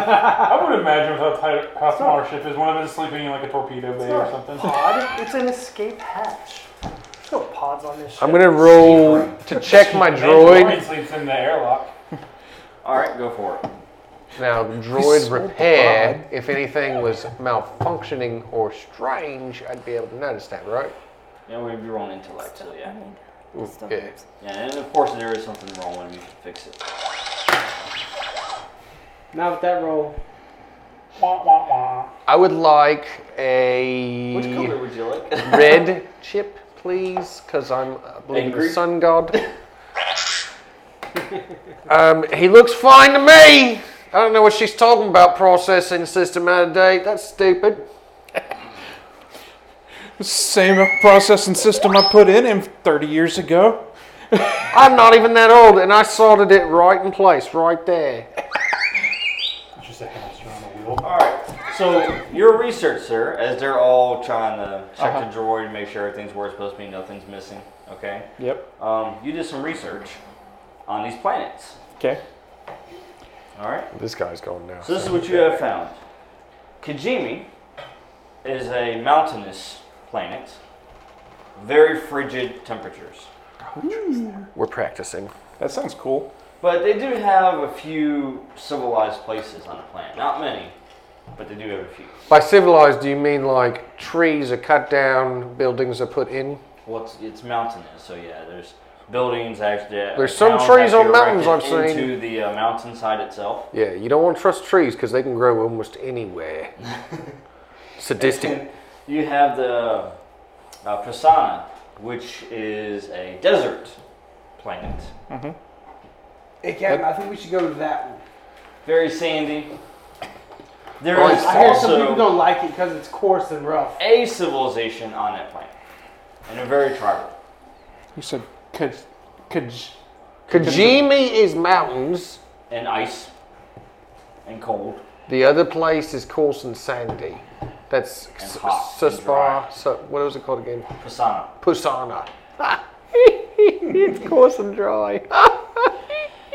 [SPEAKER 5] I would imagine with how tight how small our ship is, one of us is sleeping in like a torpedo bay or something.
[SPEAKER 4] Pod? It's an escape hatch. There's no pods on this ship.
[SPEAKER 3] I'm gonna roll to check my droid.
[SPEAKER 5] Mandalorian sleeps in the airlock.
[SPEAKER 1] All right, go for it.
[SPEAKER 3] Now, droid repair. If anything was malfunctioning or strange, I'd be able to notice that, right?
[SPEAKER 1] Yeah, we'd be rolling intellect, so yeah.
[SPEAKER 3] Okay.
[SPEAKER 1] Yeah, and of course, if there is something wrong with it, we can fix it.
[SPEAKER 7] Not with that roll.
[SPEAKER 3] I would like a
[SPEAKER 1] Which color would you like?
[SPEAKER 3] red chip, please, because I'm uh, believing
[SPEAKER 1] Angry?
[SPEAKER 3] the sun god. um, he looks fine to me. I don't know what she's talking about. Processing system out of date. That's stupid.
[SPEAKER 2] Same processing system I put in him 30 years ago.
[SPEAKER 3] I'm not even that old, and I sorted it right in place, right there.
[SPEAKER 1] All right. So your research, sir, as they're all trying to check
[SPEAKER 2] Uh-huh.
[SPEAKER 1] the droid and make sure everything's where it's supposed to be, nothing's missing. Okay.
[SPEAKER 2] Yep.
[SPEAKER 1] Um, you did some research on these planets.
[SPEAKER 2] Okay.
[SPEAKER 1] All right.
[SPEAKER 3] This guy's going now.
[SPEAKER 1] So this is what you have found. Kijimi is a mountainous planet, very frigid temperatures.
[SPEAKER 3] We're practicing.
[SPEAKER 2] That sounds cool.
[SPEAKER 1] But they do have a few civilized places on the planet. Not many, but they do have a few.
[SPEAKER 3] By civilized, do you mean like trees are cut down, buildings are put in?
[SPEAKER 1] Well, it's, it's mountainous, so yeah, there's buildings actually.
[SPEAKER 3] There's some
[SPEAKER 1] towns
[SPEAKER 3] trees on
[SPEAKER 1] actually
[SPEAKER 3] mountains
[SPEAKER 1] erected
[SPEAKER 3] I've seen.
[SPEAKER 1] Into the uh, mountainside itself.
[SPEAKER 3] Yeah, you don't want to trust trees because they can grow almost anywhere. Sadistic.
[SPEAKER 1] And you have the uh, Pisana, which is a desert planet.
[SPEAKER 7] Hey, Captain, I think we should go to that one.
[SPEAKER 1] Very sandy. There
[SPEAKER 7] I
[SPEAKER 1] is
[SPEAKER 7] hear some people
[SPEAKER 1] also
[SPEAKER 7] don't like it because it's coarse and rough.
[SPEAKER 1] a civilization on that planet, and a very tribal.
[SPEAKER 2] You said Kaj. Kaj.
[SPEAKER 3] Kajimi is mountains.
[SPEAKER 1] And ice, and cold,
[SPEAKER 3] The other place is coarse and sandy. That's S-
[SPEAKER 1] hot and dry.
[SPEAKER 3] Suspa. Su- what was it called again?
[SPEAKER 1] Pisana.
[SPEAKER 3] Pusana. it's coarse and dry.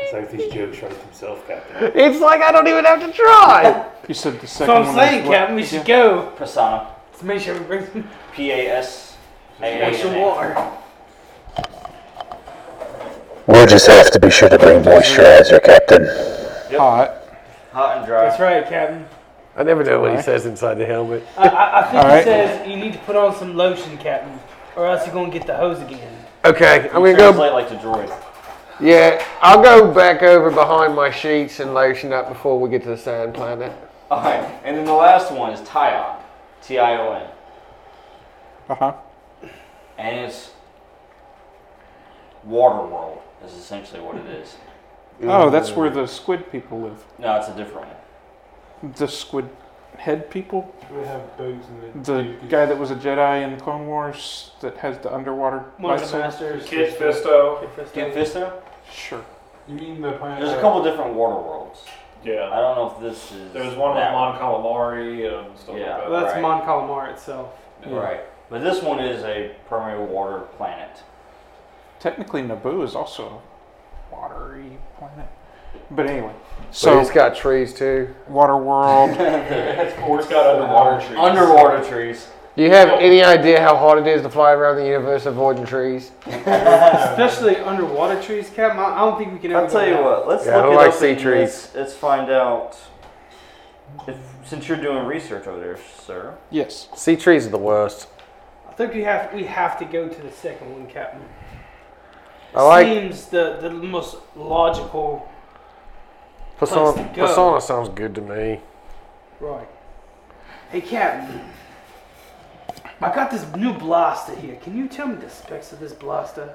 [SPEAKER 5] It's like these jokes write themselves, Captain.
[SPEAKER 3] It's like I don't even have to try.
[SPEAKER 2] You said the
[SPEAKER 7] So
[SPEAKER 2] second
[SPEAKER 7] I'm
[SPEAKER 2] one. was
[SPEAKER 7] saying,
[SPEAKER 2] what?
[SPEAKER 7] Captain, we should go.
[SPEAKER 1] Pisana.
[SPEAKER 7] Let's make sure we bring some
[SPEAKER 1] P A S A A N A.
[SPEAKER 7] extra water.
[SPEAKER 11] We'll just have to be sure to bring moisturizer, Captain.
[SPEAKER 2] Hot.
[SPEAKER 1] Hot and dry.
[SPEAKER 7] That's right, Captain.
[SPEAKER 3] I never know what he says inside the helmet.
[SPEAKER 7] I, I, I think
[SPEAKER 2] All
[SPEAKER 7] he
[SPEAKER 2] right.
[SPEAKER 7] says you need to put on some lotion, Captain, or else you're gonna get the hose again.
[SPEAKER 3] Okay, I'm gonna go.
[SPEAKER 1] Translate like the droid.
[SPEAKER 3] Yeah, I'll go back over behind my sheets and lotion up before we get to the sand planet.
[SPEAKER 1] All right, and then the last one is Tion, T I O N,
[SPEAKER 2] Uh huh.
[SPEAKER 1] and it's Water World. Is essentially what it is.
[SPEAKER 2] Oh, that's where the squid people live.
[SPEAKER 1] No, it's a different one.
[SPEAKER 2] The squid head people?
[SPEAKER 5] We have boats and
[SPEAKER 2] The guy that was a Jedi in Clone Wars that has the underwater
[SPEAKER 7] One of the
[SPEAKER 2] license?
[SPEAKER 7] masters.
[SPEAKER 5] Kid Fisto.
[SPEAKER 1] Kid Fisto?
[SPEAKER 2] Sure.
[SPEAKER 5] You mean the planet?
[SPEAKER 1] There's a couple different Water Worlds. I
[SPEAKER 5] Yeah.
[SPEAKER 1] don't know if this is.
[SPEAKER 5] There was one with
[SPEAKER 1] that
[SPEAKER 5] Mon Calamari and um, stuff
[SPEAKER 1] Yeah.
[SPEAKER 5] like that.
[SPEAKER 7] Well, that's
[SPEAKER 1] Right.
[SPEAKER 7] Mon Calamar itself.
[SPEAKER 1] Right, but this one is a primary water planet.
[SPEAKER 2] Technically, Naboo is also a watery planet. But anyway,
[SPEAKER 3] So
[SPEAKER 2] so
[SPEAKER 3] he's got trees too.
[SPEAKER 2] Water World.
[SPEAKER 5] It's got underwater trees.
[SPEAKER 1] Underwater trees.
[SPEAKER 3] Do you have any idea how hard it is to fly around the universe avoiding trees?
[SPEAKER 7] Especially underwater trees, Captain. I, I don't think we can ever.
[SPEAKER 1] I'll tell you what. Let's
[SPEAKER 3] Yeah, I
[SPEAKER 1] look
[SPEAKER 3] don't
[SPEAKER 1] it
[SPEAKER 3] like
[SPEAKER 1] up
[SPEAKER 3] sea
[SPEAKER 1] and
[SPEAKER 3] trees.
[SPEAKER 1] Let's, let's find out. If, since you're doing research over there, sir.
[SPEAKER 2] yes.
[SPEAKER 3] Sea trees are the worst.
[SPEAKER 7] I think we have we have to go to the second one, Captain.
[SPEAKER 3] I like
[SPEAKER 7] Seems the the most logical.
[SPEAKER 3] Persona.
[SPEAKER 7] place to go.
[SPEAKER 3] Persona sounds good to me.
[SPEAKER 7] Right. Hey, Captain. I got this new blaster here. Can you tell me the specs of this blaster?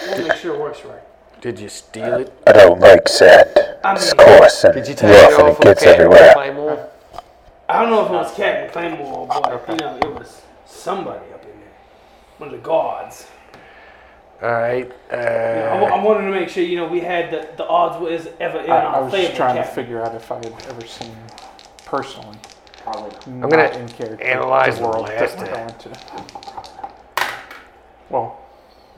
[SPEAKER 7] I want to make sure it works right.
[SPEAKER 3] Did you steal it?
[SPEAKER 11] I don't like sand.
[SPEAKER 7] I
[SPEAKER 11] It's
[SPEAKER 7] mean,
[SPEAKER 11] coarse and
[SPEAKER 3] Uh, Did you take
[SPEAKER 11] rough
[SPEAKER 3] it
[SPEAKER 11] and
[SPEAKER 3] off
[SPEAKER 11] it
[SPEAKER 3] of
[SPEAKER 11] gets
[SPEAKER 3] Captain
[SPEAKER 11] everywhere.
[SPEAKER 3] Claymore?
[SPEAKER 7] I don't know if it was Captain Claymore, but you know, it was somebody up in there, one of the guards.
[SPEAKER 3] All right.
[SPEAKER 7] I
[SPEAKER 3] Uh,
[SPEAKER 7] wa- I wanted to make sure you know we had the, the odds was ever in
[SPEAKER 2] I, I
[SPEAKER 7] our
[SPEAKER 2] was
[SPEAKER 7] favor.
[SPEAKER 2] just trying to
[SPEAKER 7] Captain.
[SPEAKER 2] figure out if I had ever seen personally. Probably. I'm
[SPEAKER 3] gonna
[SPEAKER 2] in character,
[SPEAKER 3] analyze
[SPEAKER 2] the world that
[SPEAKER 3] last
[SPEAKER 2] we're going to. Well,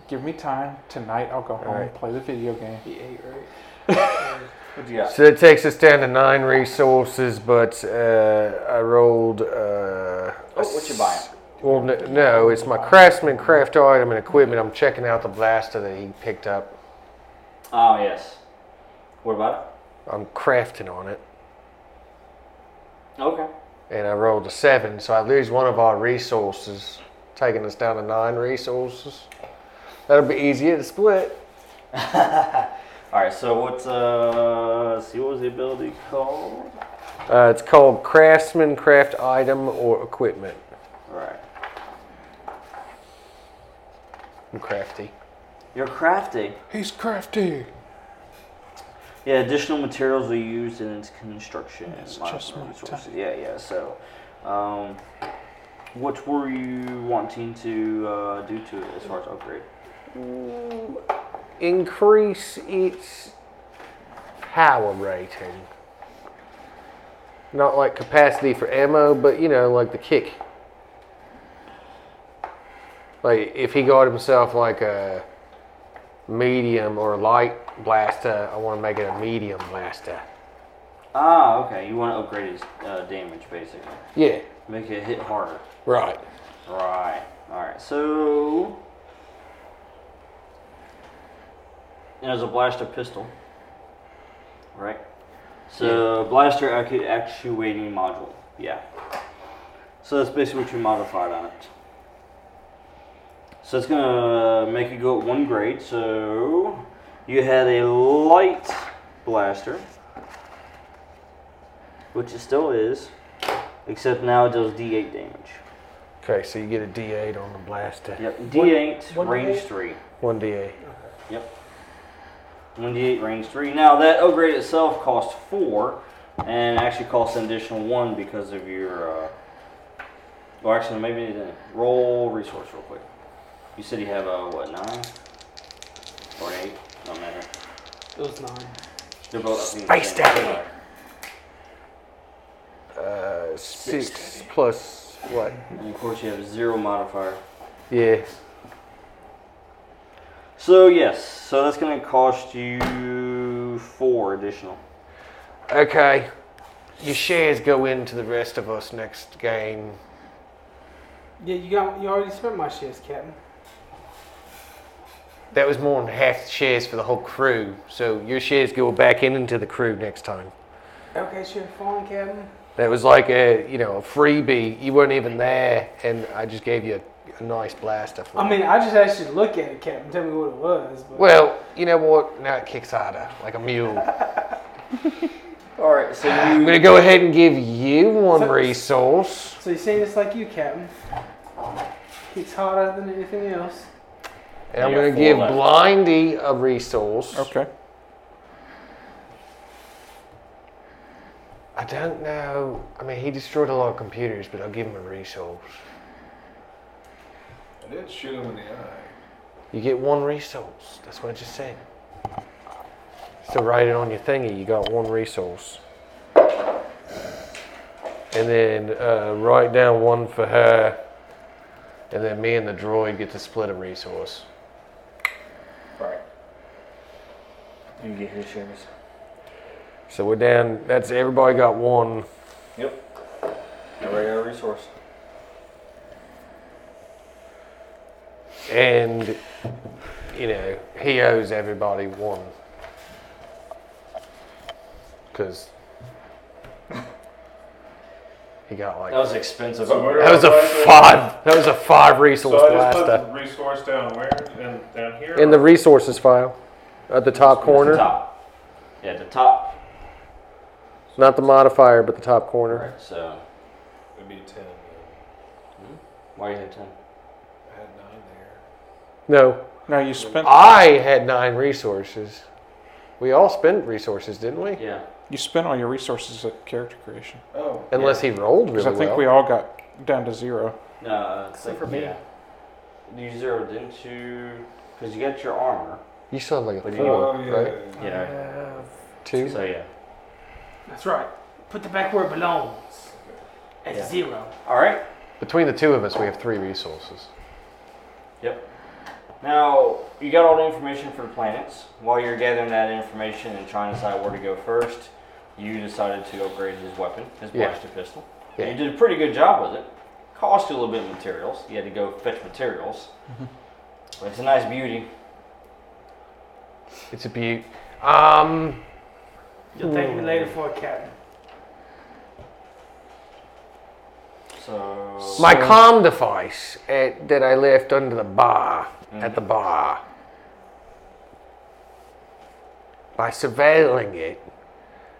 [SPEAKER 2] give me time. Tonight I'll go home and play the video game.
[SPEAKER 1] What do you got?
[SPEAKER 3] so it takes us down to nine resources, but uh, I rolled. Uh, a
[SPEAKER 1] Oh, what you buying?
[SPEAKER 3] s- Well, no, no, it's my craftsman, craft item, and equipment. I'm checking out the blaster that he picked up.
[SPEAKER 1] Oh yes. What about
[SPEAKER 3] I'm crafting on it.
[SPEAKER 1] it? Okay.
[SPEAKER 3] and I rolled a seven, so I lose one of our resources, taking us down to nine resources. That'll be easier to split.
[SPEAKER 1] All right, so what's uh? See, what was the ability called?
[SPEAKER 3] Uh, it's called craftsman, craft item, or equipment.
[SPEAKER 1] All right,
[SPEAKER 3] I'm crafty.
[SPEAKER 1] you're crafty.
[SPEAKER 2] He's crafty.
[SPEAKER 1] Yeah, additional materials are used in its construction.
[SPEAKER 2] It's
[SPEAKER 1] Lots
[SPEAKER 2] just
[SPEAKER 1] of
[SPEAKER 2] my
[SPEAKER 1] resources. Yeah, yeah. So, um, what were you wanting to uh, do to it as far as upgrade?
[SPEAKER 3] Increase its power rating. Not like capacity for ammo, but you know, like the kick. Like if he got himself like a medium or light blaster, I want to make it a medium blaster.
[SPEAKER 1] Ah, okay. You want to upgrade its uh, damage, basically.
[SPEAKER 3] Yeah,
[SPEAKER 1] Make it hit harder.
[SPEAKER 3] right.
[SPEAKER 1] Right. All right. So, and as a blaster pistol, right? So blaster actu- actuating module. Yeah. So that's basically what you modified on it. So it's gonna make it go up one grade. So you had a light blaster, which it still is, except now it does D8 damage.
[SPEAKER 3] Okay, so you get a D8 on the blaster.
[SPEAKER 1] Yep. D8,
[SPEAKER 12] one
[SPEAKER 1] range
[SPEAKER 12] D8?
[SPEAKER 1] 3.
[SPEAKER 3] One D8.
[SPEAKER 1] Yep. 1d8, range 3. Now, that upgrade itself costs 4, and actually costs an additional 1 because of your. Uh, well, actually, maybe you didn't. Roll resource real quick. You said you have, uh, what, 9? Or 8? Don't matter.
[SPEAKER 7] It was nine.
[SPEAKER 1] They're both. I think, the
[SPEAKER 3] Space
[SPEAKER 1] same.
[SPEAKER 3] Daddy. Uh, six plus what?
[SPEAKER 1] And of course, you have 0 modifier.
[SPEAKER 3] Yeah.
[SPEAKER 1] So, yes. So, that's going to cost you 4 additional.
[SPEAKER 3] Okay. Your shares go into the rest of us next game.
[SPEAKER 7] Yeah, you got. You already spent my shares, Captain.
[SPEAKER 3] That was more than half the shares for the whole crew, so your shares go back in into the crew next time.
[SPEAKER 7] Okay, sure, fine, Captain.
[SPEAKER 3] That was like a you know a freebie. You weren't even there, and I just gave you a, a nice blaster. For
[SPEAKER 7] I
[SPEAKER 3] it.
[SPEAKER 7] mean, I just asked you to look at it, Captain. Tell me what it was. But
[SPEAKER 3] well, you know what? Now it kicks harder, like a mule.
[SPEAKER 1] All right. So, you.
[SPEAKER 3] I'm gonna go ahead and give you one
[SPEAKER 7] So-
[SPEAKER 3] resource.
[SPEAKER 7] so you're saying it's like you, Captain. It's harder than anything else.
[SPEAKER 3] And I'm
[SPEAKER 1] You got
[SPEAKER 3] going to
[SPEAKER 1] four
[SPEAKER 3] give
[SPEAKER 1] left.
[SPEAKER 3] Blindy a resource.
[SPEAKER 2] Okay.
[SPEAKER 3] I don't know. I mean, he destroyed a lot of computers, but I'll give him a resource.
[SPEAKER 5] I did shoot him in the eye.
[SPEAKER 3] You get one resource. That's what I just said. So write it on your thingy. You got one resource. And then uh, write down one for her. And then me and the droid get to split a resource.
[SPEAKER 1] Right. You get his shares.
[SPEAKER 3] So we're down. That's everybody got one.
[SPEAKER 1] Yep. Everybody got a resource.
[SPEAKER 3] And, you know, he owes everybody one. Because he got like.
[SPEAKER 1] That was expensive.
[SPEAKER 5] So where-
[SPEAKER 3] That was a five. That was a five resource
[SPEAKER 5] So I just put
[SPEAKER 3] blaster.
[SPEAKER 5] the resource down where? And down here?
[SPEAKER 3] In the resources file, at the top
[SPEAKER 1] The
[SPEAKER 3] corner,
[SPEAKER 1] top. Yeah, the top.
[SPEAKER 3] not the modifier, but the top corner.
[SPEAKER 1] Alright, so
[SPEAKER 5] It'd be 10.
[SPEAKER 1] why you had ten?
[SPEAKER 5] I had 9 there.
[SPEAKER 3] No,
[SPEAKER 2] Now you spent
[SPEAKER 3] I had nine resources. We all spent resources, didn't we?
[SPEAKER 1] Yeah.
[SPEAKER 2] you spent all your resources at character creation.
[SPEAKER 5] Oh.
[SPEAKER 3] Unless he rolled really
[SPEAKER 2] Because I think
[SPEAKER 3] well.
[SPEAKER 2] we all got down to zero.
[SPEAKER 1] No, uh, it's
[SPEAKER 12] Except
[SPEAKER 1] like,
[SPEAKER 12] for me.
[SPEAKER 1] yeah. You zeroed into because you got your armor.
[SPEAKER 3] you still had like a
[SPEAKER 1] But you-
[SPEAKER 3] four,
[SPEAKER 5] Oh, yeah.
[SPEAKER 3] right?
[SPEAKER 1] Yeah.
[SPEAKER 7] Uh,
[SPEAKER 3] Two.
[SPEAKER 1] So yeah.
[SPEAKER 7] that's right. Put the back where it belongs. At
[SPEAKER 1] Yeah.
[SPEAKER 7] zero.
[SPEAKER 1] All right.
[SPEAKER 3] Between the two of us, we have three resources.
[SPEAKER 1] Yep. Now you got all the information for the planets. While you're gathering that information and trying to decide where to go first, you decided to upgrade his weapon, his
[SPEAKER 3] Yeah.
[SPEAKER 1] blaster pistol.
[SPEAKER 3] Yeah.
[SPEAKER 1] You did a pretty good job with it. Cost you a little bit of materials. You had to go fetch materials.
[SPEAKER 3] Mm-hmm.
[SPEAKER 1] But it's a nice beauty.
[SPEAKER 3] It's a beaut. Um,
[SPEAKER 7] You'll thank me later for it, Captain.
[SPEAKER 1] So
[SPEAKER 3] my comm device at, that I left under the bar at the bar. By surveilling it,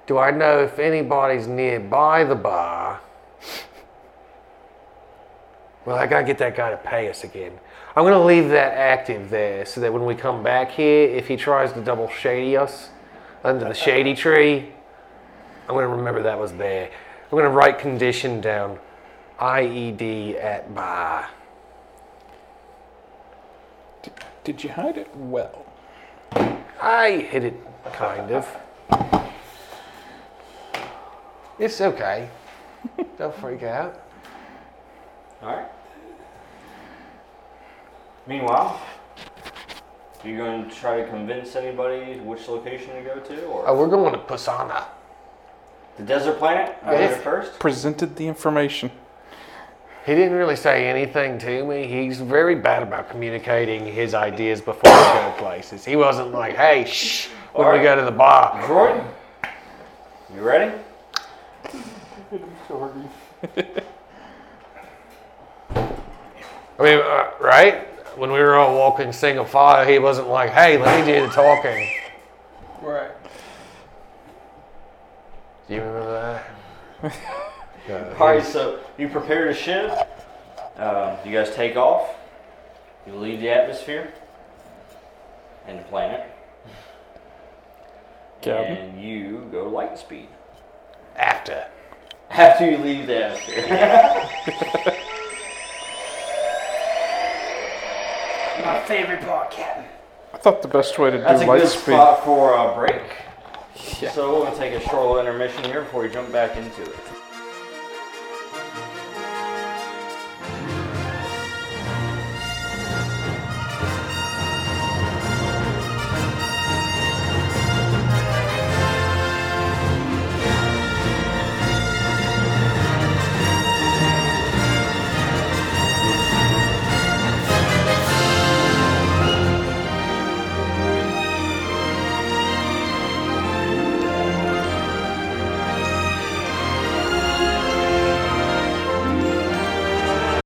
[SPEAKER 3] do I know if anybody's nearby the bar? Well, I gotta get that guy to pay us again. I'm gonna leave that active there so that when we come back here, if he tries to double shady us under the shady tree, I'm gonna remember that was there. I'm gonna write condition down IED at bar.
[SPEAKER 2] Did you hide it well?
[SPEAKER 3] I hid it, kind of. It's okay. Don't freak out.
[SPEAKER 1] All right. Meanwhile, are you going to try to convince anybody which location to go to, or
[SPEAKER 3] Oh, we're going to Pisana.
[SPEAKER 1] the desert planet? Are you
[SPEAKER 3] Yes.
[SPEAKER 1] there first?
[SPEAKER 2] Presented the information.
[SPEAKER 3] He didn't really say anything to me. He's very bad about communicating his ideas before we go places. He wasn't like, hey, shh, when we go to the bar.
[SPEAKER 1] Jordan, you ready?
[SPEAKER 3] I mean, uh, right? When we were all walking single file, he wasn't like, hey, let me do the talking.
[SPEAKER 7] Right.
[SPEAKER 3] Do you remember that?
[SPEAKER 1] All right, so you prepare to shift. Um, you guys take off. You leave the atmosphere and the planet,
[SPEAKER 2] Captain.
[SPEAKER 1] and you go light speed
[SPEAKER 3] After.
[SPEAKER 1] after you leave the atmosphere.
[SPEAKER 7] My favorite part, Captain.
[SPEAKER 2] I thought the best way to
[SPEAKER 1] That's
[SPEAKER 2] do
[SPEAKER 1] a
[SPEAKER 2] light
[SPEAKER 1] good
[SPEAKER 2] speed.
[SPEAKER 1] spot for a break. So we're gonna take a short little intermission here before we jump back into it.